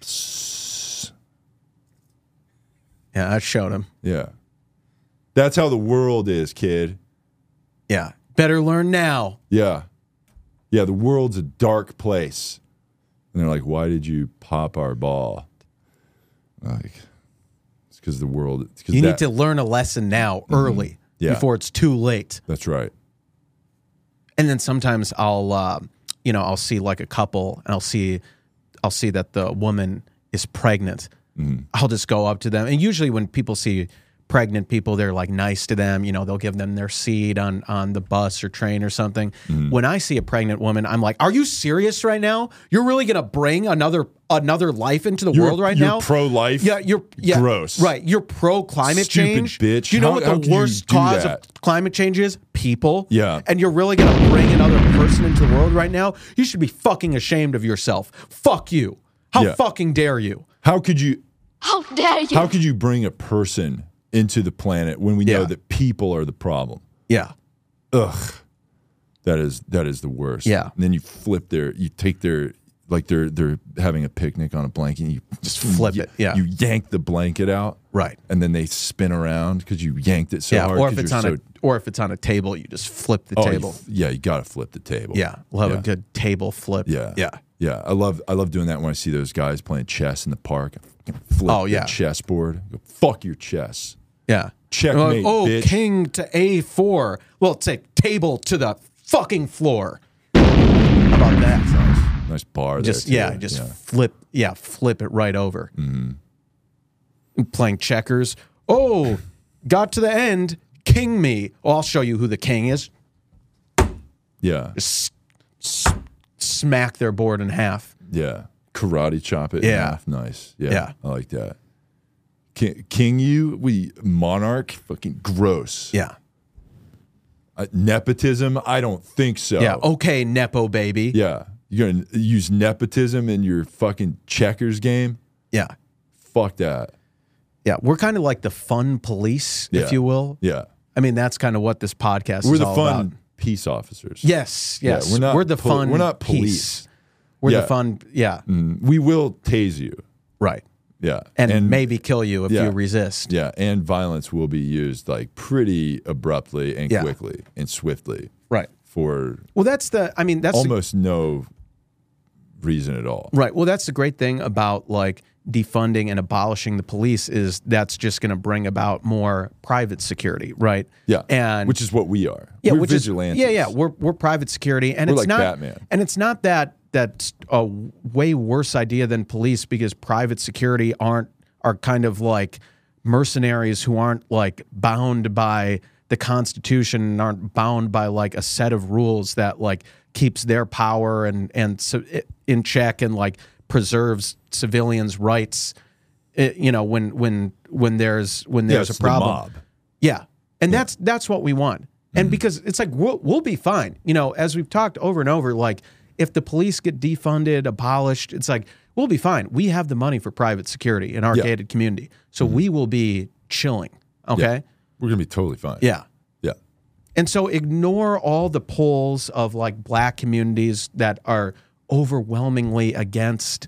Yeah, I showed him.
Yeah. That's how the world is, kid.
Yeah. Better learn now.
Yeah. Yeah, the world's a dark place. And they're like, why did you pop our ball? Like, it's because the world. It's 'cause
You
that- Mm-hmm.
need to learn a lesson now, early,
Yeah.
before it's too late.
That's right.
and then sometimes I'll uh, you know I'll see like a couple and I'll see I'll see that the woman is pregnant.
Mm-hmm.
I'll just go up to them and usually when people see pregnant people they're like nice to them you know they'll give them their seat on on the bus or train or something
Mm-hmm.
when i see a pregnant woman i'm like are you serious right now you're really going to bring another another life into the world right
you're
now
pro-life?
yeah you're yeah
Gross.
right you're pro climate
Stupid
change
bitch.
do you know
How- how
what
can
the
you
worst
do
cause
that?
of climate change is? People.
Yeah.
And you're really going to bring another person into the world right now? You should be fucking ashamed of yourself. Fuck you. How
Yeah.
fucking dare you?
How could you
How dare you?
how could you bring a person into the planet when we know
Yeah.
that people are the problem?
Yeah.
Ugh. That is that is the worst.
Yeah.
And then you flip their you take their like they're they're having a picnic on a blanket and you
Just flip it, yeah.
You yank the blanket out.
Right.
And then they spin around because you yanked it so
Yeah.
hard.
Or if
'cause
it's
you're
on
so,
a or if it's on a table, you just flip the
oh, you
table.
f- yeah, you gotta flip the table.
yeah. Love
Yeah.
a good table flip.
Yeah.
Yeah.
Yeah. I love I love doing that when I see those guys playing chess in the park. I fucking Flip
Oh,
the
yeah.
chessboard. Go, Fuck your chess.
Yeah.
Checkmate,
oh,
bitch.
king to A4. Well, take table to the fucking floor. How about that?
Nice bar there.
just
too.
yeah, just flip yeah, flip it right over.
Mm-hmm.
Playing checkers. Oh, got to the end. King me. Oh, I'll show you who the king is.
Yeah.
S- s- smack their board in half.
Yeah. Karate chop it. in
Yeah.
half. Nice. Yeah.
Yeah.
I like that. King, King you, we monarch, fucking gross.
Yeah.
Uh, nepotism, I don't think so.
Yeah. Oh. Okay, nepo baby.
Oh. Yeah. You're going to use nepotism in your fucking checkers game?
Yeah.
Fuck that.
Yeah. We're kind of like the fun police,
Yeah.
if you will.
Yeah.
I mean, that's kind of what this podcast
We're
is
the
all
fun
about.
peace officers.
Yes. Yes.
we're not
the
pol-
fun.
we're not
piece.
police.
We're
Yeah. Mm.
the fun. Yeah.
We will tase you.
Right.
Yeah.
And, maybe kill you if
Yeah.
you resist.
Yeah, and violence will be used like pretty abruptly and
Yeah.
quickly and swiftly
Right.
for
Well, that's the. I mean, that's the-
almost no reason at all.
right. Well, that's the great thing about like defunding and abolishing the police is that's just going to bring about more private security, right?
Yeah.
and
which is what we are.
yeah,
We're
which is-
vigilantes.
yeah, yeah, we're we're private security, and
We're
it's
like
not
Batman.
and it's not that that's a way worse idea than police because private security aren't are kind of like mercenaries who aren't like bound by the Constitution and aren't bound by like a set of rules that like keeps their power and and so in check and like preserves civilians' rights. eh, you know when when when there's when
Yeah,
there's
it's
a problem.
The mob.
Yeah. And that's that's what we want. And because it's like we'll, we'll be fine. You know, as we've talked over and over like if the police get defunded, abolished, it's like we'll be fine. We have the money for private security in our
Yeah.
gated community. So we will be chilling, okay?
We're gonna be totally fine.
Yeah.
yeah,
And so ignore all the polls of like black communities that are overwhelmingly against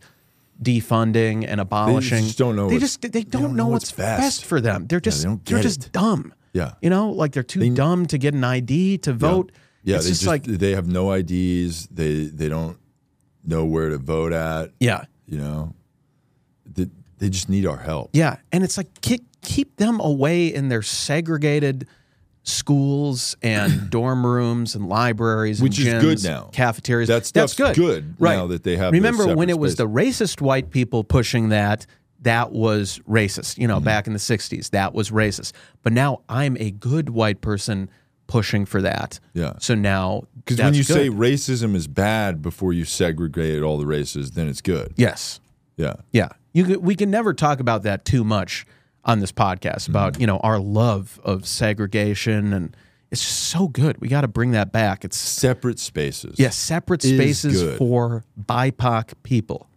defunding and abolishing.
just don't know
They
what's-
just they don't, know, what's best. for them. They're just
don't
they are
get
just
it.
dumb.
Yeah.
You know, like they're too dumb to get an ID to vote.
yeah.
It's
they
just,
just,
like
they have no IDs. They they don't know where to vote at.
yeah.
You know, they, they just need our help.
Yeah, and it's like keep, keep them away in their segregated schools and dorm rooms and libraries,
Which is
and gyms,
good now.
Cafeterias.
That
That's
stuff's
good.
good
right?
now that they have those
Remember when
separate
it was the racist white people pushing that? That was racist. You know,
Mm-hmm.
back in the '60s, that was racist. But now I'm a good white person pushing for that.
Yeah.
So now
Because when you say racism is bad before you segregate all the races, then it's good.
yes,
Yeah.
Yeah, you could, we can never talk about that too much on this podcast about
Mm-hmm.
you know our love of segregation and it's just so good. We got to bring that back. It's
Separate spaces.
yeah, separate
Is
spaces
good. Mm-hmm.
for BIPOC people.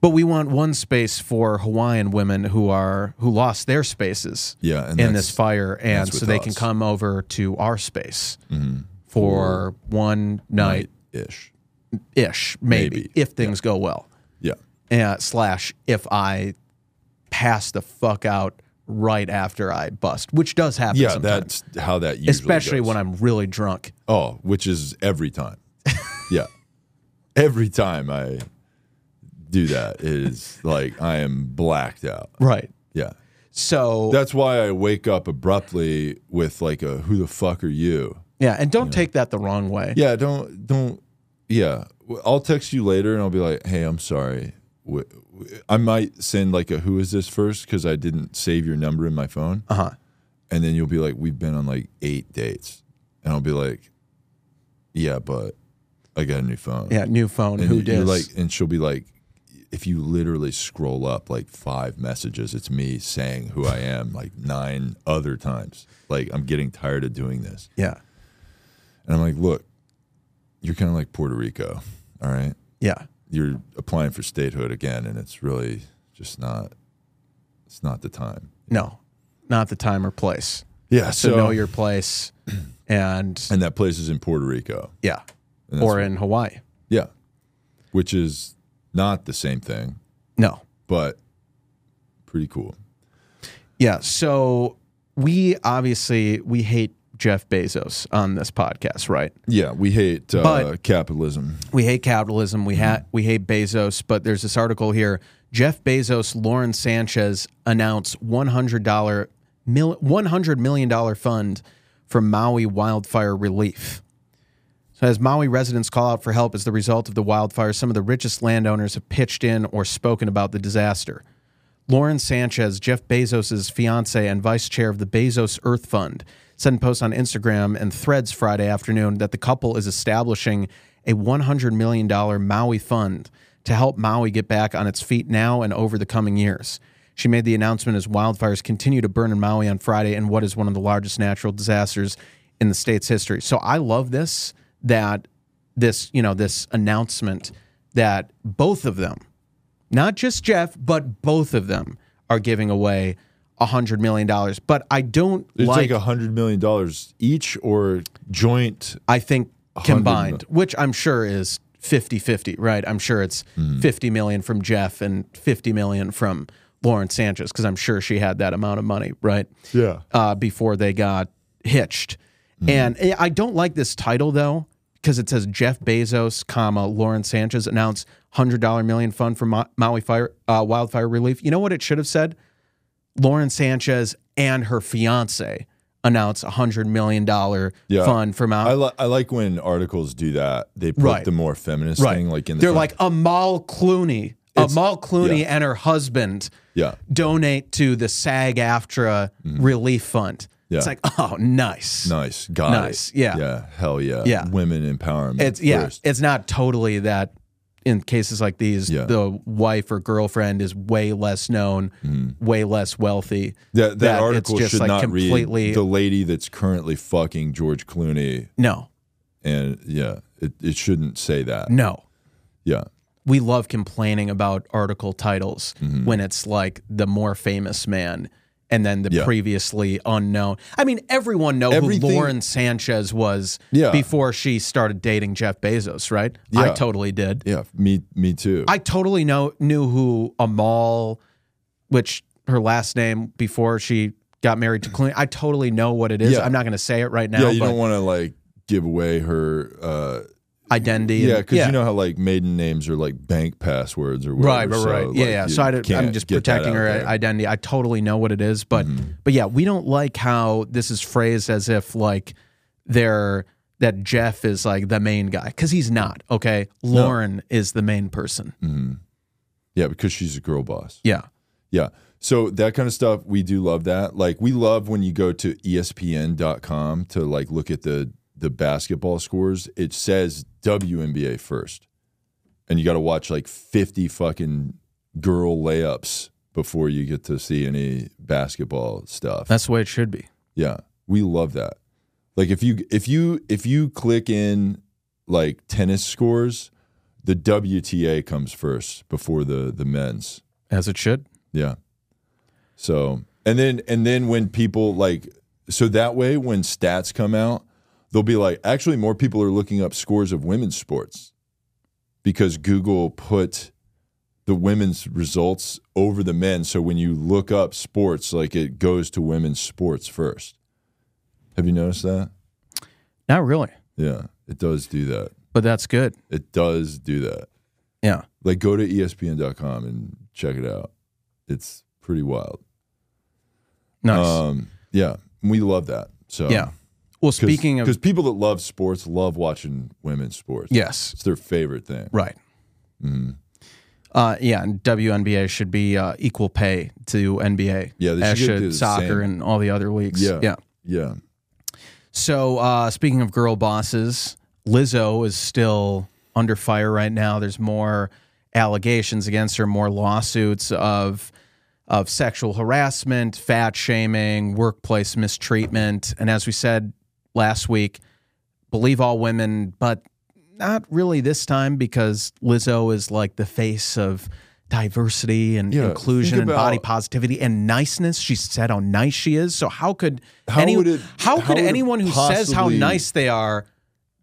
But we want one space for Hawaiian women who are who lost their spaces
Yeah, and
in
that's-
this fire, and
that's
so
with
they can
us. Mm-hmm.
come over to our space for one night
Ish.
ish, maybe,
Maybe.
if things go well
Yeah.
uh, slash if I pass the fuck out right after I bust, which does happen.
Yeah.
sometimes,
That's how that usually
especially
goes.
when I'm really drunk.
Oh, which is every time. yeah. Every time I do that is like I am blacked out.
Right.
Yeah.
So
That's why I wake up abruptly with like a who the fuck are you?
Yeah, and don't take that the wrong way.
Yeah, don't don't. Yeah, W- I'll text you later, and I'll be like, "Hey, I'm sorry." W- w- I might send like a "Who is this?" first because I didn't save your number in my phone,
Uh huh.
and then you'll be like, "We've been on like eight dates," and I'll be like, "Yeah, but I got a new phone."
Yeah, new phone.
and
Who
you- you're
did?
like, and she'll be like, "If you literally scroll up like five messages, it's me saying who I am like nine other times. Like I'm getting tired of doing this."
yeah,
And I'm like, look, you're kind of like Puerto Rico, all right?
yeah,
You're applying for statehood again, and it's really just not, it's not the time.
no, not the time or place.
Yeah.
So,
So,
know your place, and
and that place is in Puerto Rico,
yeah,
and that's
or
what-
in Hawaii.
yeah, which is not the same thing,
No,
but pretty cool.
Yeah. So we obviously we hate Jeff Bezos on this podcast, right?
Yeah, we hate uh,
But-
capitalism.
We hate capitalism. We ha- we hate Bezos. But there's this article here: Jeff Bezos, Lauren Sanchez announce one hundred dollar mil- one hundred million dollar fund for Maui wildfire relief. So, as Maui residents call out for help as the result of the wildfire, some of the richest landowners have pitched in or spoken about the disaster. Lauren Sanchez, Jeff Bezos' fiance and vice chair of the Bezos Earth Fund, said in posts on Instagram and threads Friday afternoon that the couple is establishing a $100 million Maui fund to help Maui get back on its feet now and over the coming years. She made the announcement as wildfires continue to burn in Maui on Friday in what is one of the largest natural disasters in the state's history. So I love this that this, you know, this announcement that both of them not just Jeff, but both of them are giving away $100 million. But I don't
It's like
like,
a $100 million each or joint.
I think, combined,
mil-
which I'm sure is 50 50, right? I'm sure it's
Hmm.
50 million from Jeff and 50 million from Lauren Sanchez, because I'm sure she had that amount of money, right?
Yeah.
uh, before they got hitched. And
Hmm.
I- I don't like this title though because it says Jeff Bezos, comma Lauren Sanchez announced hundred dollar million fund for Ma- Maui fire uh, wildfire relief. You know what it should have said? Lauren Sanchez and her fiance announced a hundred million dollar
Yeah.
fund for Maui.
I, li- I like when articles do that. They put
Right.
the more feminist thing like in the
They're
front.
like Amal Clooney. Amal Clooney and her husband
yeah.
donate to the SAG AFTRA relief fund.
Hmm. Yeah.
It's like, oh, nice.
Nice. Got
Nice,
it.
yeah.
Yeah. Hell yeah.
Yeah.
Women empowerment.
It's yeah,
first.
it's not totally that in cases like these
Yeah.
the wife or girlfriend is way less known,
Mm-hmm.
way less wealthy.
That, that,
that it's
article
just,
should
like,
not
completely-
read the lady that's currently fucking George Clooney,
No.
and yeah, it, it shouldn't say that.
No.
Yeah,
We love complaining about article titles
Mm-hmm.
when it's like the more famous man and then the
Yeah.
previously unknown. I mean, everyone knows
Everything-
who Lauren Sanchez was
Yeah.
before she started dating Jeff Bezos, right? I
Yeah.
totally did.
yeah. Me, me too.
I totally know knew who Amal, which her last name before she got married to Clooney. I totally know what it is.
Yeah.
I'm not going to say it right now,
yeah, you
but
don't want to like give away her. uh
identity.
Yeah,
and-
because you know how like maiden names are like bank passwords or whatever.
Right, right, right.
so,
yeah,
like,
yeah.
you
So I did, I'm
can't
just
get that
protecting
out
her
there. Mm-hmm.
identity. I totally know what it is, but but yeah, we don't like how this is phrased as if like they're that Jeff is like the main guy because he's not. Okay, Lauren is the main person.
Mm-hmm. yeah, because she's a girl boss.
Yeah,
Yeah. So that kind of stuff, we do love that. Like we love when you go to E ESPN.com to like look at the the basketball scores. It says WNBA first, and you got to watch like fifty fucking girl layups before you get to see any basketball stuff.
that's the way it should be.
Yeah, we love that. Like if you if you if you click in like tennis scores, the WTA comes first before the the men's.
As it should.
Yeah. So and then and then when people like so that way when stats come out, they'll be like, actually more people are looking up scores of women's sports because Google put the women's results over the men. So when you look up sports, like it goes to women's sports first. Have you noticed that?
Not really,
Yeah, it does do that.
but that's good.
It does do that.
Yeah.
Like go to E ESPN.com and check it out. It's pretty wild.
Nice.
Um, yeah, we love that. So
yeah. Well, speaking
because
of
people that love sports love watching women's sports.
yes,
it's their favorite thing.
right.
Mm.
Uh, yeah, and WNBA should be uh, equal pay to NBA.
Yeah, they
as
should do the same.
soccer and all the other leagues.
Yeah,
yeah.
yeah.
So, uh, speaking of girl bosses, Lizzo is still under fire right now. There's more allegations against her, more lawsuits of of sexual harassment, fat shaming, workplace mistreatment, and as we said last week, believe all women, but not really this time because Lizzo is like the face of diversity and
Yeah,
inclusion
think
and body
about-
positivity and niceness. She said how nice she is. So how could
How
any-
would it-
how
how
could
would it
anyone who says how
possibly-
nice they are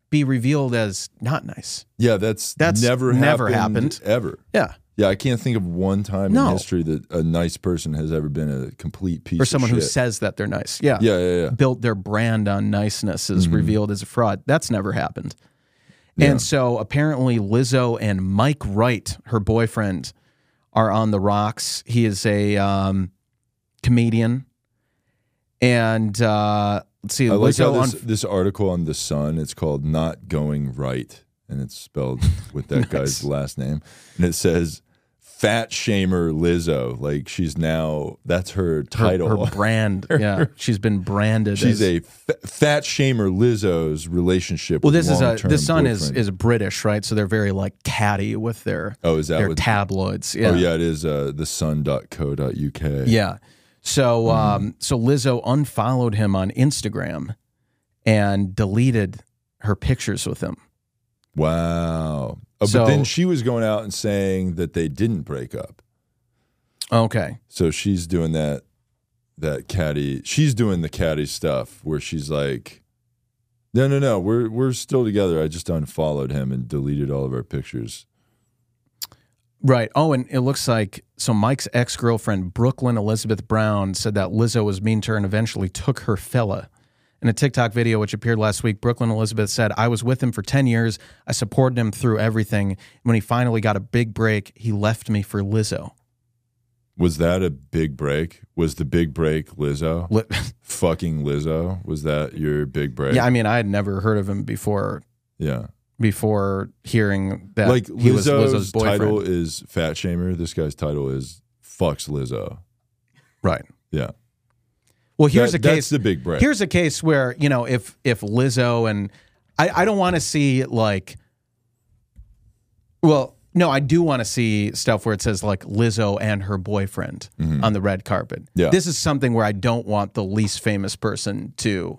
be revealed as not nice?
Yeah, that's
That's
never
never happened.
ever.
Yeah.
Yeah, I can't think of one time
No.
in history that a nice person has ever been a complete piece
Or someone
of
who
shit.
says that they're nice. Yeah.
yeah, Mm-hmm. yeah, yeah.
Built their brand on niceness is revealed as a fraud. That's never happened. And so apparently Lizzo and Mike Wright, her boyfriend, are on the rocks. He is a um, comedian. And uh, let's see,
I like how
Lizzo
this,
on
this article on the Sun. It's called "Not Going Right," and it's spelled with that guy's last name. And it says "Fat Shamer Lizzo." Like she's now that's her
her-
title.
her, brand. yeah. She's been branded
she's
as
a fa- Fat Shamer Lizzo's relationship.
Well,
with
this is a
long-term
the Sun is
boyfriend.
is British, right? So they're very like catty with their
oh is that
their
what?
tabloids. Yeah.
oh yeah, it is uh, the Sun.co.uk.
Yeah. So
Mm-hmm.
um, so Lizzo unfollowed him on Instagram and deleted her pictures with him.
Wow. Oh,
So-
but then she was going out and saying that they didn't break up.
Okay.
So she's doing that that caddy. She's doing the caddy stuff where she's like, "No, no, no, we're we're still together. I just unfollowed him and deleted all of our pictures."
Right. Oh, and it looks like so Mike's ex girlfriend, Brooklyn Elizabeth Brown, said that Lizzo was mean to her and eventually took her fella. In a TikTok video which appeared last week, Brooklyn Elizabeth said, I was with him for 10 years. I supported him through everything. When he finally got a big break, he left me for Lizzo.
Was that a big break? Was the big break Lizzo?
Li-
Fucking Lizzo? Was that your big break?
Yeah, I mean, I had never heard of him before
yeah.
before hearing that
like
he was
Lizzo's
Lizzo's boyfriend.
title is Fat Shamer. This guy's title is Fucks Lizzo.
Right.
Yeah.
Well, here's
That-
a
that's
case.
the big break.
Here's a case where you know if if Lizzo and I, I don't want to see like. Well, no, I do want to see stuff where it says like Lizzo and her boyfriend on the red carpet.
Mm-hmm. Yeah.
This is something where I don't want the least famous person to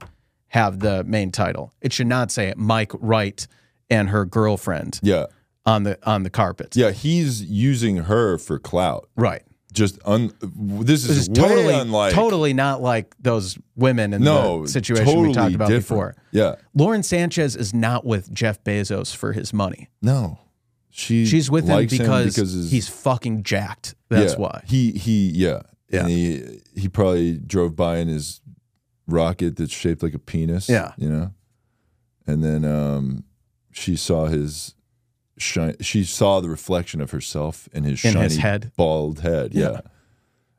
have the main title. It should not say Mike Wright and her girlfriend
yeah.
on the on the carpet.
Yeah, he's using her for clout.
Right.
Just un- this
This
is,
is totally
way unlike
totally not like those women in
no
the situation
totally
we talked about
different.
before.
Yeah,
Lauren Sanchez is not with Jeff Bezos for his money.
no, she
She's with him
likes
because,
his-
he's fucking jacked. That's
yeah,
why.
he he yeah
Yeah.
and he he probably drove by in his rocket that's shaped like a penis.
Yeah.
you know, and then um, she saw his. Shine, she saw the reflection of herself in his
In
shiny
his head.
bald head.
Yeah.
yeah,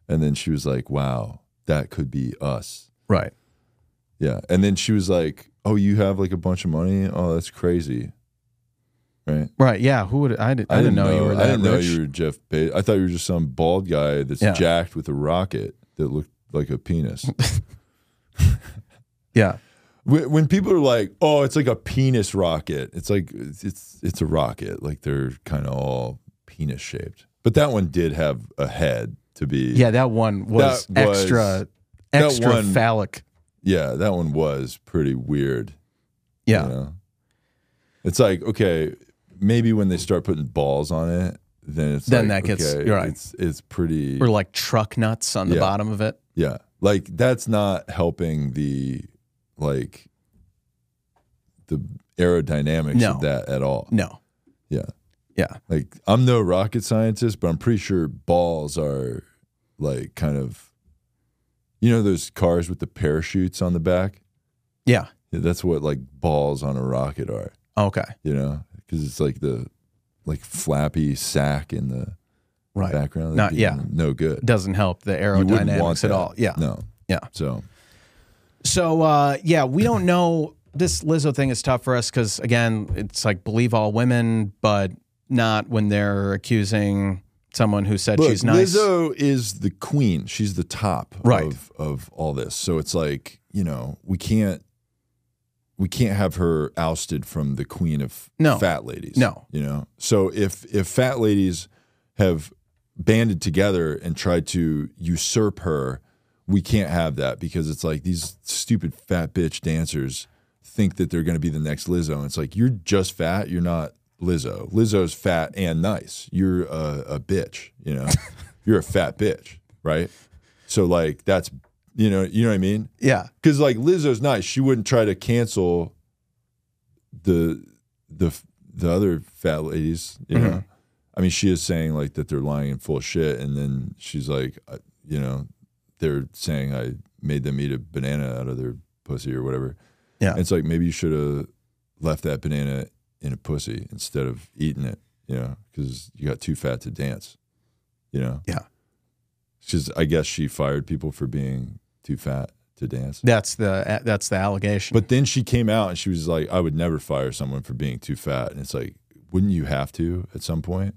and then she was like, "Wow, that could be us."
Right.
Yeah. And then she was like, Oh, you have like a bunch of money? Oh, that's crazy. Right.
Right. Yeah. Who would I, did, I, didn't know, you were that
I didn't
rich.
know you were Jeff Bezos. I thought you were just some bald guy that's
Yeah.
jacked with a rocket that looked like a penis.
yeah.
Wh- when people are like, "Oh, it's like a penis rocket," it's like it's it's, it's a rocket. Like they're kind of all penis shaped. But that one did have a head to be.
Yeah. That one was
That was-
extra,
that
extra
one-
phallic.
Yeah, that one was pretty weird.
Yeah.
You know? It's like, okay, maybe when they start putting balls on it, then it's
Then
like,
that gets-
okay,
you're right.
It's it's pretty
Or like truck nuts on the
Yeah.
bottom of it.
yeah. Like that's not helping the like the aerodynamics
No.
of that at all.
No.
Yeah.
Yeah.
Like I'm no rocket scientist, but I'm pretty sure balls are like kind of you know those cars with the parachutes on the back?
Yeah.
Yeah, that's what like balls on a rocket are.
Okay.
you know, because it's like the like flappy sack in the
Right.
background.
Not-
That'd be
yeah.
No good.
doesn't help the
You wouldn't want
aerodynamics at
that.
all. Yeah.
No.
Yeah.
So
So uh, yeah, we don't know. This Lizzo thing is tough for us because again, it's like believe all women, but not when they're accusing someone who said
Look,
she's nice.
Lizzo is the queen. She's the top
Right.
of of all this. So it's like you know we can't we can't have her ousted from the queen of
No.
fat ladies.
No.
you know. So if if fat ladies have banded together and tried to usurp her, we can't have that because it's like these stupid fat bitch dancers think that they're going to be the next Lizzo. And it's like you're just fat. You're not Lizzo. Lizzo's fat and nice. You're a, a bitch. You know, you're a fat bitch, right? So like that's you know you know what I mean.
Yeah,
Because like Lizzo's nice. She wouldn't try to cancel the the the other fat ladies.
Mm-hmm.
You know, I mean, she is saying like that they're lying and full of shit, and then she's like, uh, you know, they're saying I made them eat a banana out of their pussy or whatever.
Yeah.
And it's like maybe you should have left that banana in a pussy instead of eating it. You know, because you got too fat to dance. You know.
Yeah.
She's. I guess she fired people for being too fat to dance.
that's the that's the allegation.
But then she came out and she was like, I would never fire someone for being too fat. And it's like, wouldn't you have to at some point?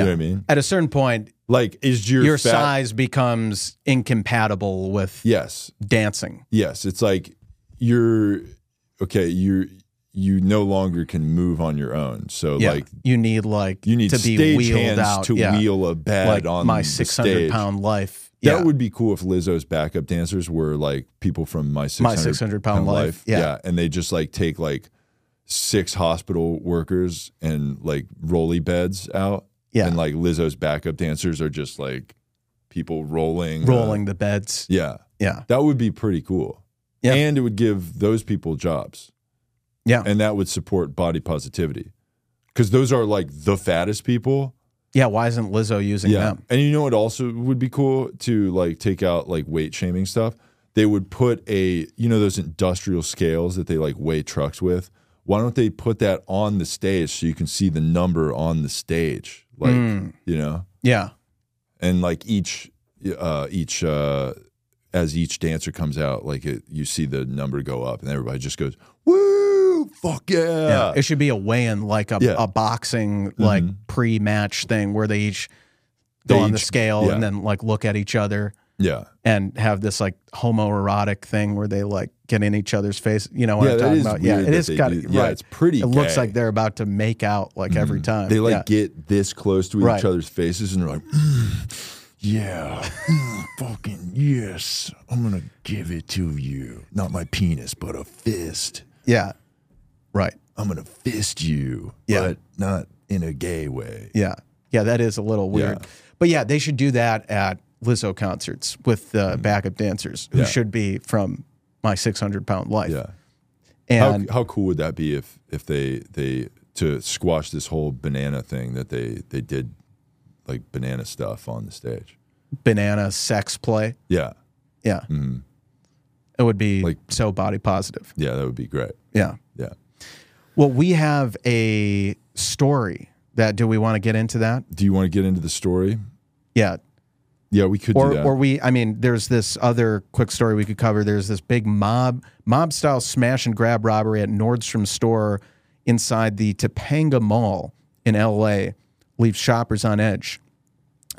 You know what I mean?
at a certain point,
Like, is your,
your,
fat-
size becomes incompatible with
Yes.
dancing.
Yes. It's like you're okay, you're you no longer can move on your own. So
Yeah,
like
you need like
you need
to be
stage
wheeled
hands
out.
to
yeah,
wheel a bed
like
on
my
the
six hundred
stage.
pound life.
That
yeah.
would be cool if Lizzo's backup dancers were like people from my 600,
My 600 pound life. Yeah.
And they just like take like six hospital workers and like rolly beds out.
Yeah.
And like Lizzo's backup dancers are just like people rolling. uh,
rolling the beds.
yeah.
Yeah,
That would be pretty cool.
Yeah.
And it would give those people jobs.
Yeah.
And that would support body positivity. Because those are like the fattest people.
yeah. Why isn't Lizzo using them?
And you know what also would be cool to like take out like weight shaming stuff? They would put a, you know, those industrial scales that they like weigh trucks with. Why don't they put that on the stage so you can see the number on the stage? Like, you know,
Yeah,
and like each, uh, each, uh, as each dancer comes out, like it, you see the number go up and everybody just goes, woo, fuck
Yeah.
yeah.
it should be a weigh-in, like a,
Uh, Yeah. Mm-hmm.
a boxing like pre-match thing where they each go
They
on the
each-
scale
yeah.
and then like look at each other
yeah.
and have this like homoerotic thing where they like get in each other's face. You know what
Yeah,
I'm
that
talking
is
about? Yeah,
weird
it
that
is
they
got
do-
right.
yeah, it's pretty
It looks
gay. Mm-hmm.
like they're about to make out like every time.
They like
Yeah.
get this close to
Right.
each other's faces and they're like, "Mm, yeah, mm, fucking yes, I'm gonna give it to you. Not my penis, but a fist.
yeah, right.
I'm gonna fist you,
Yeah.
but not in a gay way.
Yeah. Yeah, that is a little weird.
Yeah.
But yeah, they should do that at Lizzo concerts with the backup dancers who
Mm-hmm. Yeah.
should be from my 600 pound life.
Yeah. How,
And
how cool would that be if if they they to squash this whole banana thing that they they did like banana stuff on the stage?
banana sex play.
Yeah,
Yeah. It would be
Like-
so body positive.
yeah, that would be great.
Yeah.
Yeah,
Well, we have a story that do we want to get into that?
do you want to get into the story?
Yeah.
Yeah, we could
Or,
do that.
or we, I mean, there's this other quick story we could cover. There's this big mob, mob style smash and grab robbery at Nordstrom store inside the Topanga Mall in LA, leaves shoppers on edge.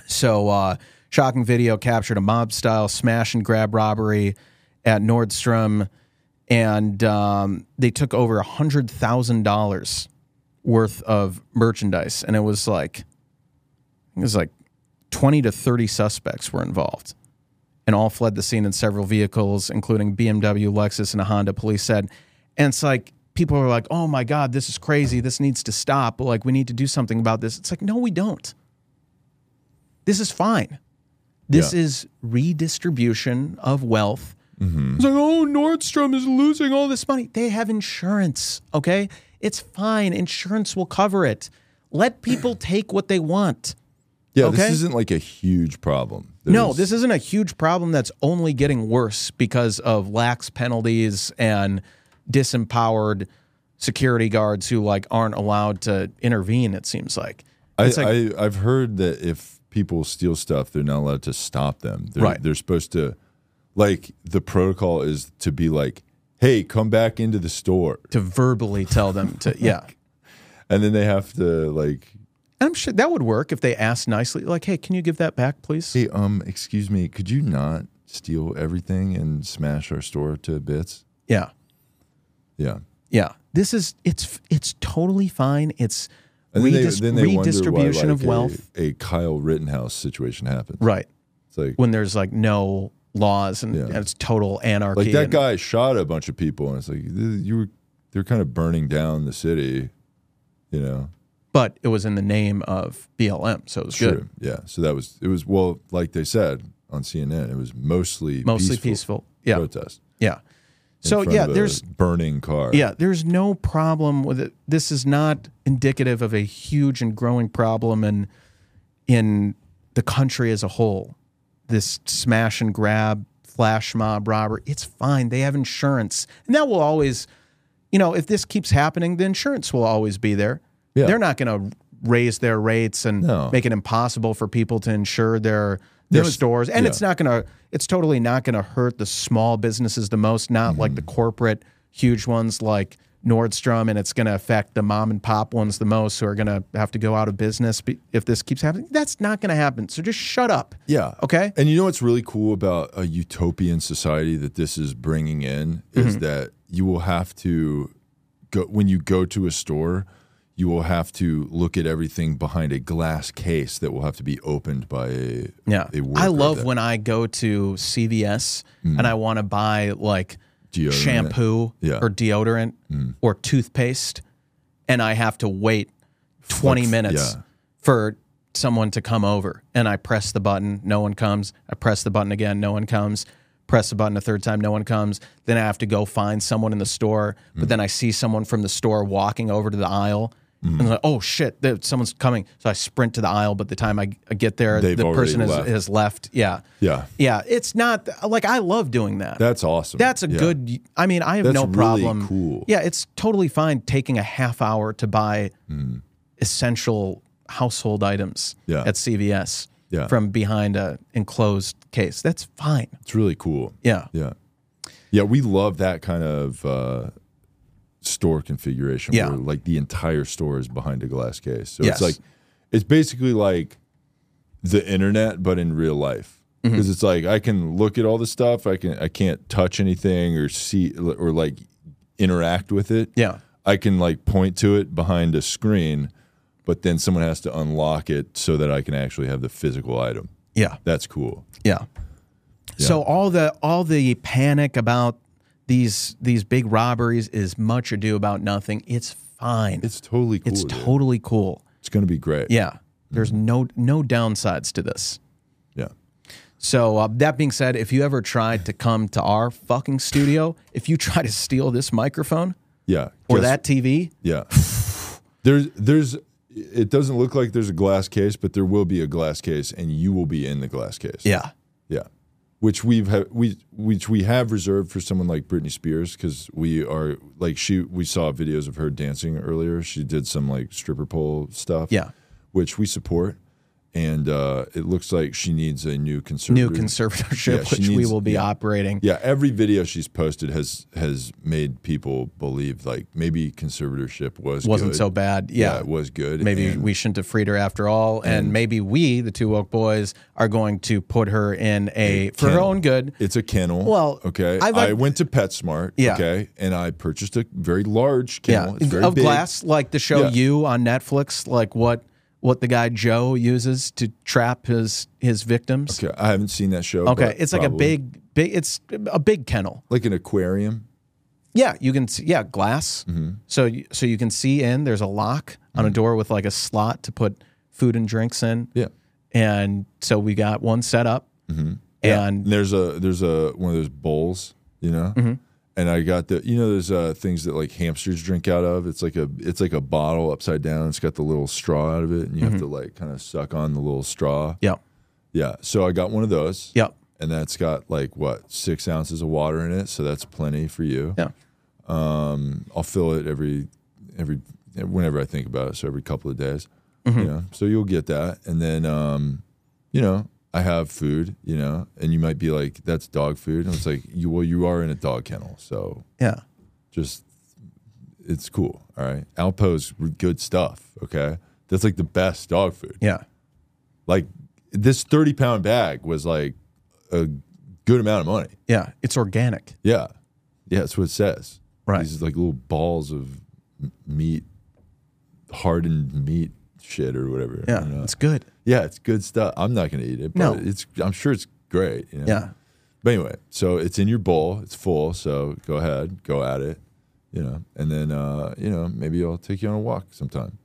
So, uh, shocking video captured a mob style smash and grab robbery at Nordstrom, and um, they took over $100,000 worth of merchandise. And it was like, it was like 20 to 30 suspects were involved and all fled the scene in several vehicles, including BMW, Lexus, and a Honda, police said. And it's like, people are like, oh my God, this is crazy. This needs to stop. Like, we need to do something about this. It's like, no, we don't. This is fine. This
Yeah.
is redistribution of wealth. It's like, oh, Nordstrom is losing all this money. They have insurance, okay? It's fine. Insurance will cover it. Let people take what they want.
Yeah, this
Okay?
isn't like a huge problem.
No, this isn't a huge problem that's only getting worse because of lax penalties and disempowered security guards who like aren't allowed to intervene it seems like.
I,
It's like
I, I've heard that if people steal stuff, they're not allowed to stop them. They're,
Right.
They're supposed to, like the protocol is to be like, "Hey, come back into the store,"
to verbally tell them to yeah.
and then they have to like,
And I'm sure that would work if they asked nicely, like, "Hey, can you give that back, please?"
"Hey, um, excuse me, could you not steal everything and smash our store to bits?"
Yeah,
Yeah.
yeah. This is it's it's totally fine. It's
And then
redis-
they, then they
redistribution
wonder why, like,
of wealth,
A, a Kyle Rittenhouse situation happened.
right?
It's like,
When there's like no laws and,
Yeah.
and it's total anarchy.
like that
and-
guy shot a bunch of people, and it's like th- you were they're kind of burning down the city, you know.
but it was in the name of BLM, so it was good,
True. Yeah. So that was it. Was well, like they said on CNN, it was mostly
mostly
peaceful,
peaceful. Yeah,
protest.
yeah.
in
So
front
yeah,
of a
there's
burning car.
Yeah, there's no problem with it. This is not indicative of a huge and growing problem in in the country as a whole. This smash and grab, flash mob robbery, it's fine. They have insurance. And that will always, you know, if this keeps happening, the insurance will always be there.
Yeah.
They're not going to raise their rates and
No.
make it impossible for people to insure their their
No, it's-
stores. And
yeah.
it's not going to it's totally not going to hurt the small businesses the most, not
Mm-hmm.
like the corporate huge ones like Nordstrom and it's going to affect the mom and pop ones the most who are going to have to go out of business be- if this keeps happening. That's not going to happen. So just shut up.
Yeah.
Okay?
And you know what's really cool about a utopian society that this is bringing in
Mm-hmm.
is that you will have to go when you go to a store, you will have to look at everything behind a glass case that will have to be opened by a
Yeah.
a worker
I love
that- Mm.
when I go to CVS and I want to buy like
Deodorant.
shampoo
Yeah. Mm.
or deodorant or toothpaste and I have to wait 20
Like,
minutes
yeah.
for someone to come over and I press the button, no one comes. I press the button again, no one comes. Press the button a third time, no one comes. Then I have to go find someone in the store,
Mm.
but then I see someone from the store walking over to the aisle.
Mm.
And I'm like, oh shit, there- someone's coming. So I sprint to the aisle, but the time I, I get there,
They've
the
already
person has,
left.
has left. Yeah.
Yeah.
Yeah. It's not like I love doing that.
That's awesome.
That's a
Yeah.
good. I mean, I have
That's
no
really
problem.
cool.
Yeah, it's totally fine taking a half hour to buy essential household items
Hmm. Yeah.
at CVS
Yeah.
from behind a enclosed case. That's fine.
It's really cool.
Yeah.
Yeah. Yeah, we love that kind of uh, store configuration
Yeah.
where like the entire store is behind a glass case. So
Yes.
it's like it's basically like the internet but in real life.
Mm-hmm.
Cuz it's like I can look at all the stuff, I can I can't touch anything or see or like interact with it.
Yeah.
I can like point to it behind a screen, but then someone has to unlock it so that I can actually have the physical item.
Yeah.
That's cool.
Yeah. So all the all the panic about these these big robberies is much ado about nothing. It's fine.
It's totally cool.
It's
dude.
totally cool.
It's going to be great.
Yeah. There's no no downsides to this.
Yeah.
So uh, that being said, if you ever tried to come to our fucking studio, if you try to steal this microphone
Yeah.
or
Guess-
that TV,
Yeah. there's there's it doesn't look like there's a glass case, but there will be a glass case and you will be in the glass case.
yeah,
Yeah. Which we've ha- we which we have reserved for someone like Britney Spears cuz we are like she we saw videos of her dancing earlier. She did some like stripper pole stuff.
Yeah.
Which we support. And uh, it looks like she needs a new
new
conservative.
conservatorship,
Yeah, she
which we
needs-
will be
yeah.
operating.
Yeah, every video she's posted has has made people believe like maybe conservatorship was
Wasn't
good.
so bad.
yeah.
Yeah.
it was good.
maybe
and-
we shouldn't have freed her after all. And, maybe we, the two woke boys, are going to put her in a, for her
kennel.
own good.
it's a kennel.
Well,
okay,
I've-
I went to PetSmart.
Yeah.
okay, and I purchased a very large
Yeah.
kennel. It's very
of
big.
glass, like the show
Yeah.
You on Netflix, like what what the guy Joe uses to trap his his victims.
Okay, I haven't seen that show.
Okay,
but
it's like a
probably.
big, big. It's a big kennel.
like an aquarium.
Yeah, you can. See, yeah, glass.
Mm-hmm.
So you, so you can see in. There's a lock on a door with like a slot to put food and drinks in.
Yeah, Mm-hmm.
And so we got one set up. And
and there's a there's a one of those bowls, you know. And I got the you know there's uh, things that like hamsters drink out of. It's like a it's like a bottle upside down. It's got the little straw out of it, and you have to like kind of suck on the little straw.
yep,
Yeah. So I got one of those.
yep,
And that's got like what six ounces of water in it, so that's plenty for you.
yeah,
I'll fill it every every whenever I think about it. So every couple of days, you know. So you'll get that, and then um, you know, I have food, you know, and you might be like, that's dog food. And it's like, you, well, you are in a dog kennel. So
Yeah.
just, it's cool. All right. Alpo's good stuff. Okay. That's like the best dog food.
Yeah.
Like this 30 pound bag was like a good amount of money.
Yeah. It's organic.
Yeah. Yeah. That's what it says.
Right.
These like little balls of m- meat, hardened meat shit or whatever.
Yeah.
you know?
It's good.
Yeah, it's good stuff. I'm not going to eat it, but
No.
it's I'm sure it's great. you know?
Yeah.
But anyway, so it's in your bowl. It's full. So go ahead, go at it. You know, and then uh, you know maybe I'll take you on a walk sometime.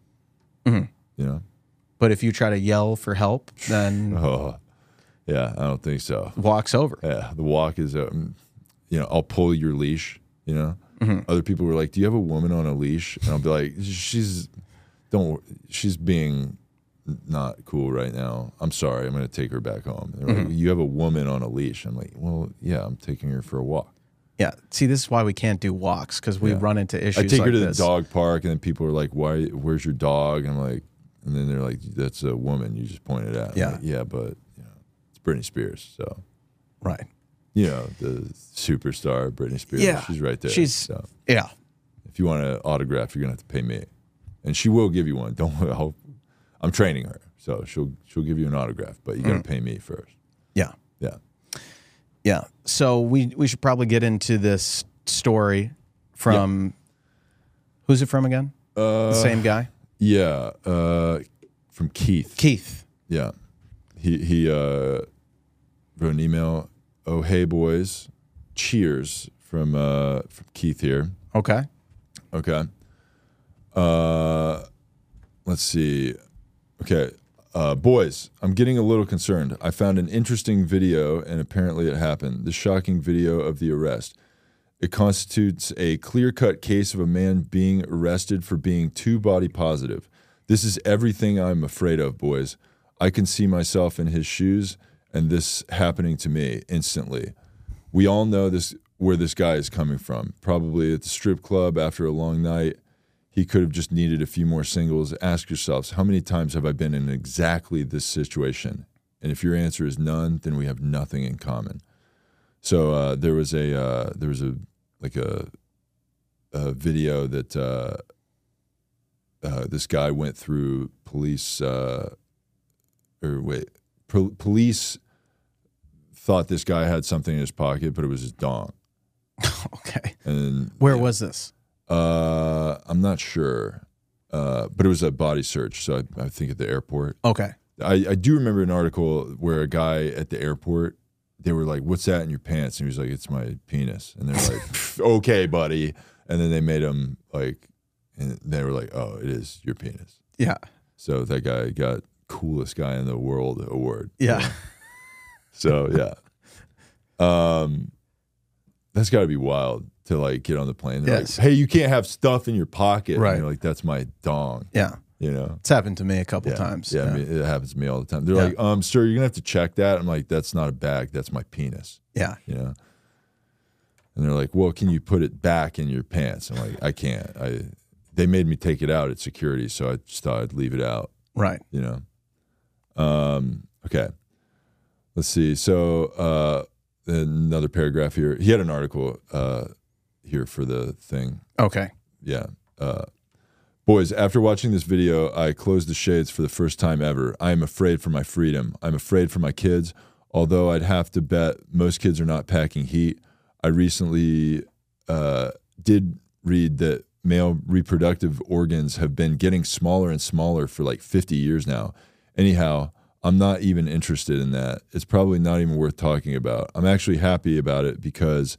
Mm-hmm.
You know,
But if you try to yell for help, then
oh, yeah, I don't think so.
walks over.
Yeah, uh, the walk is um, you know I'll pull your leash. You know,
Mm-hmm.
other people were like, "Do you have a woman on a leash?" And I'll be like, "She's don't. wor- She's being not cool right now. I'm sorry. I'm going to take her back home." They're
Mm-hmm.
like, "You have a woman on a leash." I'm like, "Well, yeah, I'm taking her for a walk."
Yeah. See, this is why we can't do walks because we run into issues.
I take
like
her to
this.
the dog park, and then people are like, "Why? Where's your dog?" And I'm like, and then they're like, "That's a woman. You just pointed at." I'm
Yeah.
like, yeah, but you know, it's Britney Spears, so.
Right.
You know the superstar Britney Spears.
Yeah.
she's right there.
She's
so.
yeah.
if you want an autograph, you're gonna have to pay me, and she will give you one. Don't worry. I'll, I'm training her, so she'll she'll give you an autograph, but you gotta
Mm.
pay me first.
Yeah.
Yeah,
Yeah. So we we should probably get into this story from who's it from again?
Uh,
the same guy,
yeah. Uh, from Keith.
Keith.
Yeah, he he uh, wrote an email. Oh hey boys, cheers from uh, from Keith here.
Okay.
Okay. Uh, let's see. Okay. Uh, boys, I'm getting a little concerned. I found an interesting video, and apparently it happened. The shocking video of the arrest. It constitutes a clear cut case of a man being arrested for being too body positive. This is everything I'm afraid of, boys. I can see myself in his shoes and this happening to me instantly. We all know this where this guy is coming from. Probably at the strip club after a long night. He could have just needed a few more singles. Ask yourselves, how many times have I been in exactly this situation? And if your answer is none, then we have nothing in common. So uh, there was a uh, there was a like a a video that uh, uh, this guy went through police uh, or wait pol- police thought this guy had something in his pocket, but it was his dong.
Okay.
And
Where was this?
uh, I'm not sure, uh, but it was a body search. So I, I think at the airport.
Okay.
I, I do remember an article where a guy at the airport, they were like, "What's that in your pants?" And he was like, "It's my penis." And they're like, "Pff, "Okay, buddy." And then they made him like, and they were like, "Oh, it is your penis."
Yeah.
So that guy got coolest guy in the world award.
Yeah.
So yeah, um, that's got to be wild to like get on the plane. They're
Yes.
like, "Hey, you can't have stuff in your pocket."
Right.
And you're like, "That's my dong."
Yeah.
You know.
It's happened to me a couple times.
Yeah, I mean, it happens to me all the time. They're
Yeah.
like, um, sir, you're gonna have to check that. I'm like, that's not a bag, that's my penis.
Yeah.
You know. And they're like, well, can you put it back in your pants? I'm like, I can't. I they made me take it out at security, so I just thought I'd leave it out.
Right.
You know. Um. Okay. Let's see. So uh, another paragraph here. He had an article uh here for the thing
Okay.
yeah. Uh, boys, after watching this video, I closed the shades for the first time ever. I am afraid for my freedom. I'm afraid for my kids. Although I'd have to bet most kids are not packing heat. I recently uh, did read that male reproductive organs have been getting smaller and smaller for like 50 years now. Anyhow, I'm not even interested in that. It's probably not even worth talking about. I'm actually happy about it because,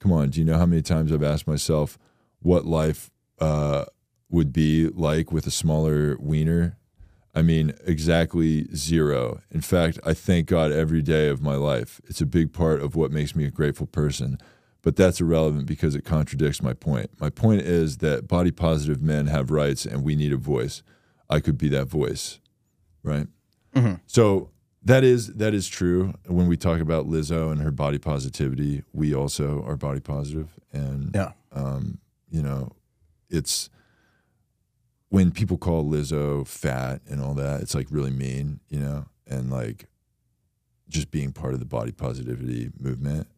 come on, do you know how many times I've asked myself what life uh, would be like with a smaller wiener? I mean, exactly zero. In fact, I thank God every day of my life. It's a big part of what makes me a grateful person. But that's irrelevant because it contradicts my point. My point is that body positive men have rights and we need a voice. I could be that voice, right? So that is that is true. When we talk about Lizzo and her body positivity, we also are body positive, and
Yeah.
um, you know, it's when people call Lizzo fat and all that, it's like really mean, you know, and like just being part of the body positivity movement,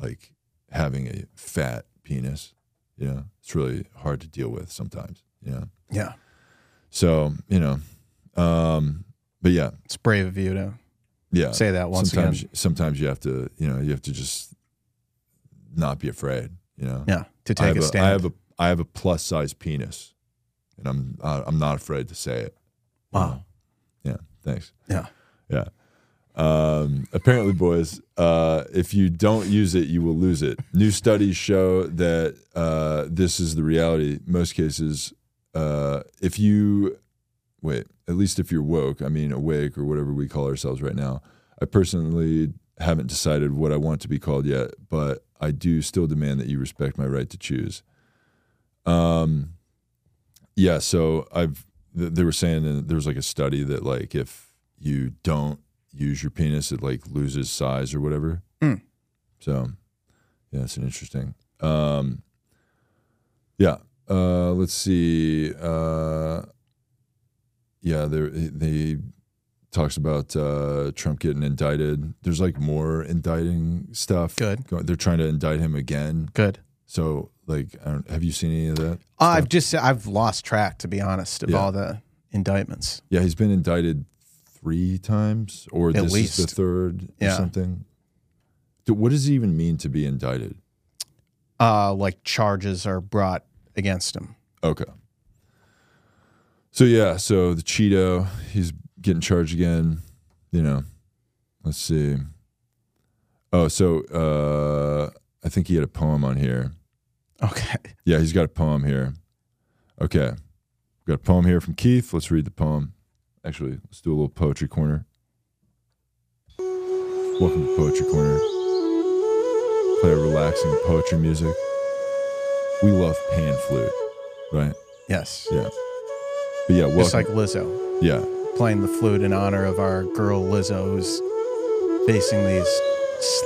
like having a fat penis, you know, it's really hard to deal with sometimes, you know.
Yeah.
So, you know, um, but yeah,
It's brave of you to
yeah.
say that once
Uh, sometimes,
again.
Sometimes you have to, you know, you have to just not be afraid, you know.
Yeah. To
I
take
have
a stand.
I have a I have a plus size penis, and I'm I, I'm not afraid to say it.
wow.
Yeah, thanks.
Yeah.
Yeah. Um, apparently, boys, uh, if you don't use it, you will lose it. New studies show that uh, this is the reality. Most cases, uh, if you wait, at least if you're woke, I mean awake or whatever we call ourselves right now. I personally haven't decided what I want to be called yet, but I do still demand that you respect my right to choose. Um, yeah. So I've th- they were saying that there was like a study that like if you don't use your penis, it like loses size or whatever.
Hmm.
So yeah, it's an interesting. Um, yeah. Uh, let's see. Uh, yeah, there they talks about uh, Trump getting indicted. There's like more indicting stuff.
Good.
Go- They're trying to indict him again.
Good.
So like, I don't, have you seen any of that?
I've just I've lost track to be honest of
Yeah.
all the indictments.
Yeah, he's been indicted three times, or this is the
least.
third or
Yeah.
something. Dude, What does it even mean to be indicted?
Uh, like charges are brought against him.
Okay. So yeah, so the Cheeto, he's getting charged again. You know, let's see. Oh, so uh, I think he had a poem on here.
Okay.
Yeah, he's got a poem here. Okay, got a poem here from Keith. Let's read the poem. Actually, let's do a little poetry corner. Welcome to Poetry Corner. Play relaxing poetry music. We love pan flute, right?
Yes.
Yeah. But yeah, welcome.
Just like Lizzo
yeah,
playing the flute in honor of our girl Lizzo, who's facing these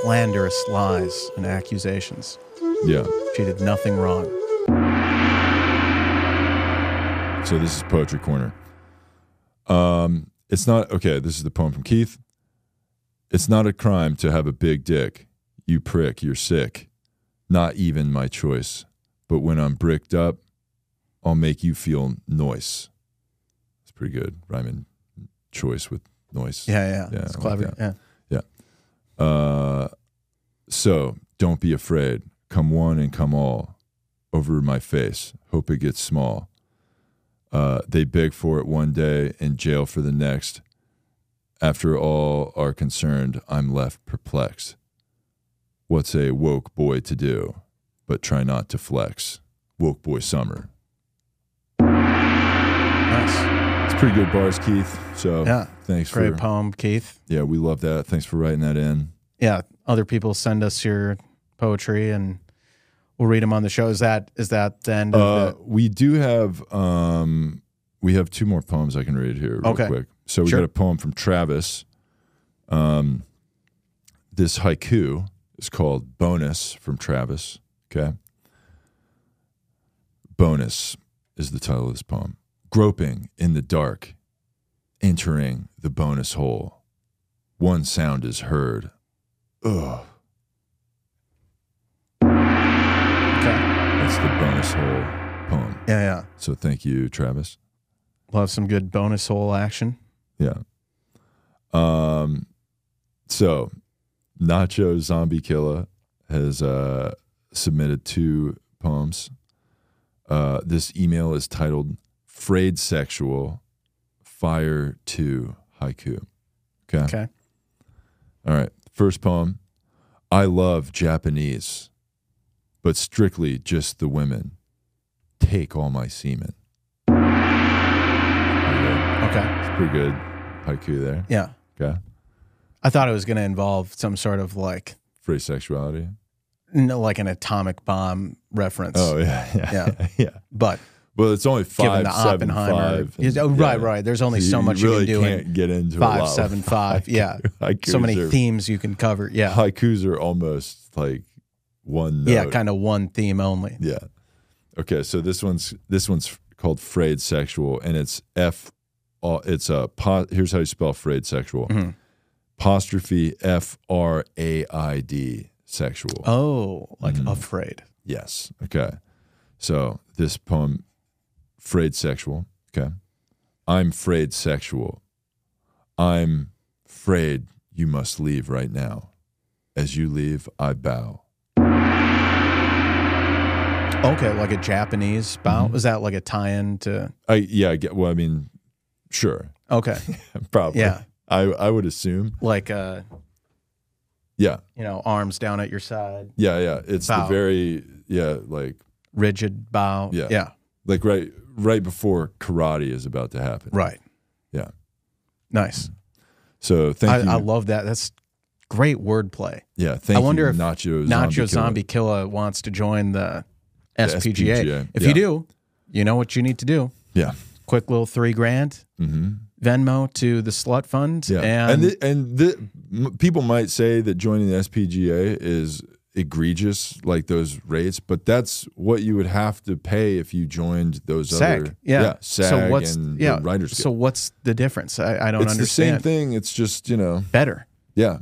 slanderous lies and accusations.
yeah.
She did nothing wrong.
So this is Poetry Corner. Um, it's not okay. This is the poem from Keith. It's not a crime to have a big dick. You prick, you're sick. Not even my choice. But when I'm bricked up, I'll make you feel noise. It's pretty good rhyming choice with noise.
Yeah, yeah.
Yeah,
it's
I like
clever.
that.
yeah.
Uh, so don't be afraid. Come one and come all over my face. Hope it gets small. Uh, they beg for it one day and jail for the next. After all are concerned, I'm left perplexed. What's a woke boy to do but try not to flex? Woke boy summer.
Nice.
It's pretty good bars, Keith. So
Yeah.
thanks
Great
for
poem, Keith.
yeah, we love that. Thanks for writing that in.
yeah, other people send us your poetry and we'll read them on the show. Is that is that the end
Uh,
of
we do have um, we have two more poems I can read here real
Okay.
quick. So we
Sure.
got a poem from Travis. Um, this haiku is called "Bonus" from Travis. Okay, "Bonus" is the title of this poem. Groping in the dark, entering the bonus hole. One sound is heard. Ugh,
the okay.
that's the bonus hole poem.
Yeah, yeah.
So thank you, Travis.
We'll have some good bonus hole action.
Yeah. Um. So, Nacho Zombie Killer has uh, submitted two poems. Uh, this email is titled "Frayed Sexual Fire Two Haiku." Okay.
Okay.
All right. First poem. I love Japanese, but strictly just the women. Take all my semen. Okay.
Okay.
It's pretty good haiku there.
Yeah.
Okay.
I thought it was gonna involve some sort of like
Free sexuality.
no like an atomic bomb reference.
Oh yeah, yeah, yeah.
Yeah. But
Well, it's only five,
given the
seven,
Oppenheimer
five.
Yes,
and-
oh, right,
yeah.
right. There's only so, much
really
you can do
can't
in
get into a lot
five
of
seven five. Yeah.
haikus
So many
are-
themes you can cover. Yeah.
Haikus are almost like one. Note.
Yeah, kind of one theme only.
Yeah. Okay, so this one's this one's called frayed uh, sexual, and it's f. uh, It's a po- here's how you spell frayed sexual.
Mhm.
apostrophe F R A I D sexual.
Oh, like
Mm-hmm.
afraid.
Yes. Okay. So this poem, frayed sexual. Okay. I'm frayed sexual. I'm frayed you must leave right now. As you leave, I bow.
Okay, like a Japanese bow.
Mm-hmm.
Was that like a tie-in to?
I yeah. I get, well, I mean, sure,
Okay,
probably.
Yeah.
I I would assume.
like uh,
Yeah.
you know, arms down at your side,
Yeah. Yeah. It's
Bow.
the very yeah like
rigid bow.
Yeah.
yeah,
like right right before karate is about to happen.
right.
Yeah.
Nice.
So thank
I,
you.
I love that. That's great wordplay.
yeah. Thank
I wonder
you,
if
Nacho Zombie.
Nacho
Killer.
Zombie Killer wants to join the SPGA.
SPGA,
If
yeah.
you do, you know what you need to do.
Yeah.
Quick little three grand
hmm
Venmo to the Slut Fund,
Yeah.
and,
and thi- and thi- m- people might say that joining the SPGA is egregious, like those rates, but that's what you would have to pay if you joined those
SAG.
other
yeah.
SAG
so what's
and
yeah?
the Writers
so
Guild.
what's the difference? I, I don't
it's the same
understand.
thing. It's just you know
Better.
yeah.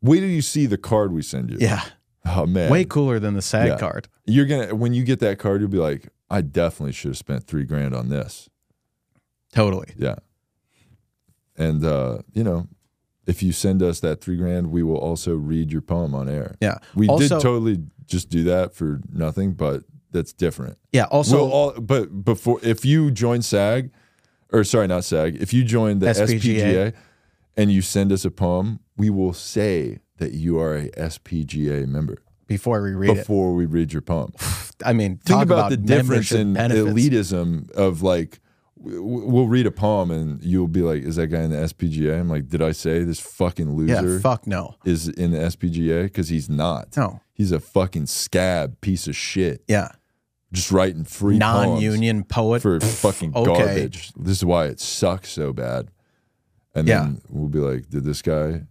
Wait till you see the card we send you.
Yeah.
Oh man.
Way cooler than the SAG
Yeah.
card.
You're gonna when you get that card, you'll be like, I definitely should have spent three grand on this.
Totally.
Yeah. And uh, you know, if you send us that three grand, we will also read your poem on air.
Yeah.
We
also,
did totally just do that for nothing, but that's different.
Yeah. Also,
we'll all, but before if you join SAG, or sorry, not SAG, if you join the
SPGA.
SPGA, and you send us a poem, we will say that you are a SPGA member
before we read
before we read your poem.
it, I mean,
Think
talk
about, the difference
membership
in
benefits.
elitism of like. w- w- We'll read a poem and you'll be like, "Is that guy in the SPGA?" I'm like, "Did I say this fucking loser
Yeah. Fuck no.
is in the SPGA?" Because he's not.
No.
He's a fucking scab piece of shit.
Yeah.
Just writing free poems
Non-union poet.
for fucking
okay.
garbage. This is why it sucks so bad. And then we'll be like, did this guy?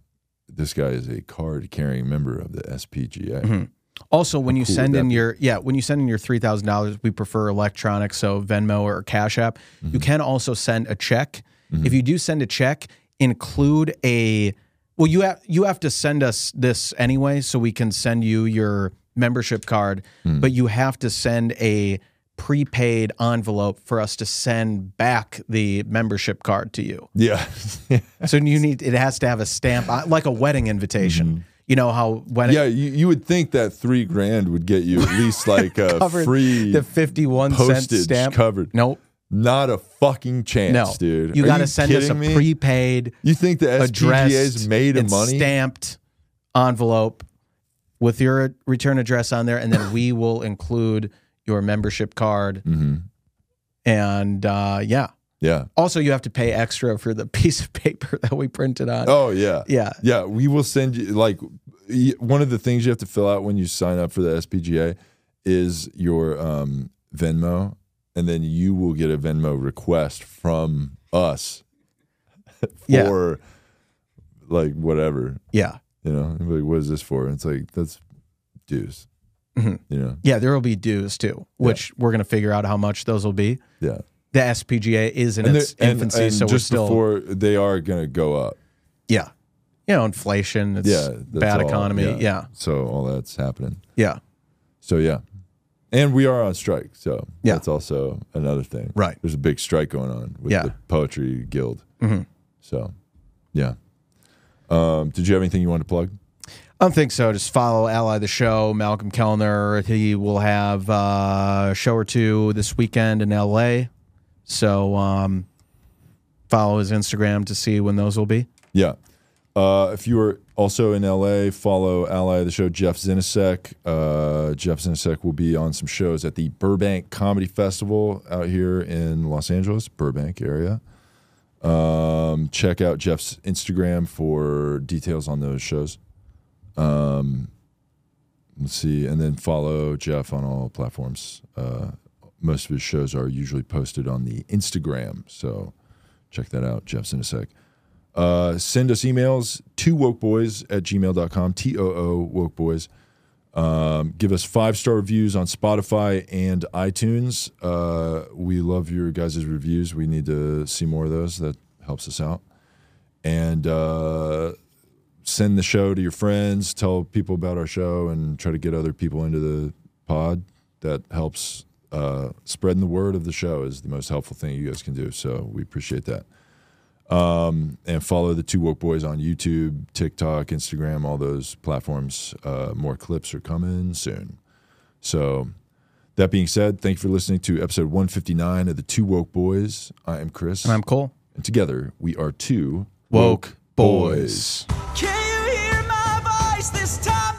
This guy is a card carrying member of the SPGA.
Mm-hmm. Also, when you
cool
send
would that
in your yeah, when you send in your three thousand dollars, we prefer electronic, so Venmo or Cash App.
Mm-hmm.
You can also send a check. If you do send a check, include a well, you have you have to send us this anyway, so we can send you your membership card.
Mm.
But you have to send a prepaid envelope for us to send back the membership card to you.
Yeah.
So you need it has to have a stamp on- like a wedding invitation. You know how when
Mm-hmm. yeah. You, you would think that three grand would get you at least like a
covered
free,
the 51 cent
postage
stamp
covered.
Nope.
not a fucking chance,
No,
dude.
You
Are
got to send us a
kidding me?
prepaid,
You think the SPGA
addressed,
is made of
and
money?
stamped envelope with your return address on there, and then we will include your membership card.
Mm-hmm.
And uh, yeah,
yeah.
also you have to pay extra for the piece of paper that we printed on.
Oh yeah.
Yeah,
Yeah, we will send you like y- one of the things you have to fill out when you sign up for the SPGA is your um, Venmo, and then you will get a Venmo request from us
Yeah.
for like whatever
yeah,
you know. And be like, what is this for? And it's like that's dues, you know.
yeah. There will be dues too, which we're gonna figure out how much those will be.
Yeah,
The SPGA is in
there-
its infancy,
and
so we're
just
still
before they are gonna go up.
yeah, you know, inflation, it's
Yeah, that's
bad
all.
economy, yeah,
So all that's happening.
yeah.
So yeah, and we are on strike. So
Yeah.
that's also another thing.
Right.
There's a big strike going on with
Yeah. Mm-hmm.
the Poetry Guild. So, yeah. Um, did you have anything you wanted to plug?
I don't think so. Just follow Ally the Show, Malcolm Kellner. He will have uh, a show or two this weekend in LA. So um, follow his Instagram to see when those will be.
Yeah. Uh, if you are also in LA, follow ally of the show Jeff Zinasek. Uh, Jeff Zinasek will be on some shows at the Burbank Comedy Festival out here in Los Angeles, Burbank area. Um, check out Jeff's Instagram for details on those shows. Um, let's see, and then follow Jeff on all platforms. Uh, most of his shows are usually posted on the Instagram, so check that out. Jeff's in a sec. Uh, send us emails to wokeboys at gmail.com, T O O wokeboys. Um, give us five star reviews on Spotify and iTunes. Uh, we love your guys' reviews. We need to see more of those. That helps us out. And uh, send the show to your friends, tell people about our show, and try to get other people into the pod. That helps uh, spreading the word of the show is the most helpful thing you guys can do. So we appreciate that. Um, and follow the Two Woke Boys on YouTube, TikTok, Instagram, all those platforms. Uh, more clips are coming soon. So that being said, thank you for listening to episode 159 of the Two Woke Boys. I am Chris.
And I'm Cole.
And together we are two
Woke boys.
Can you hear my voice this time?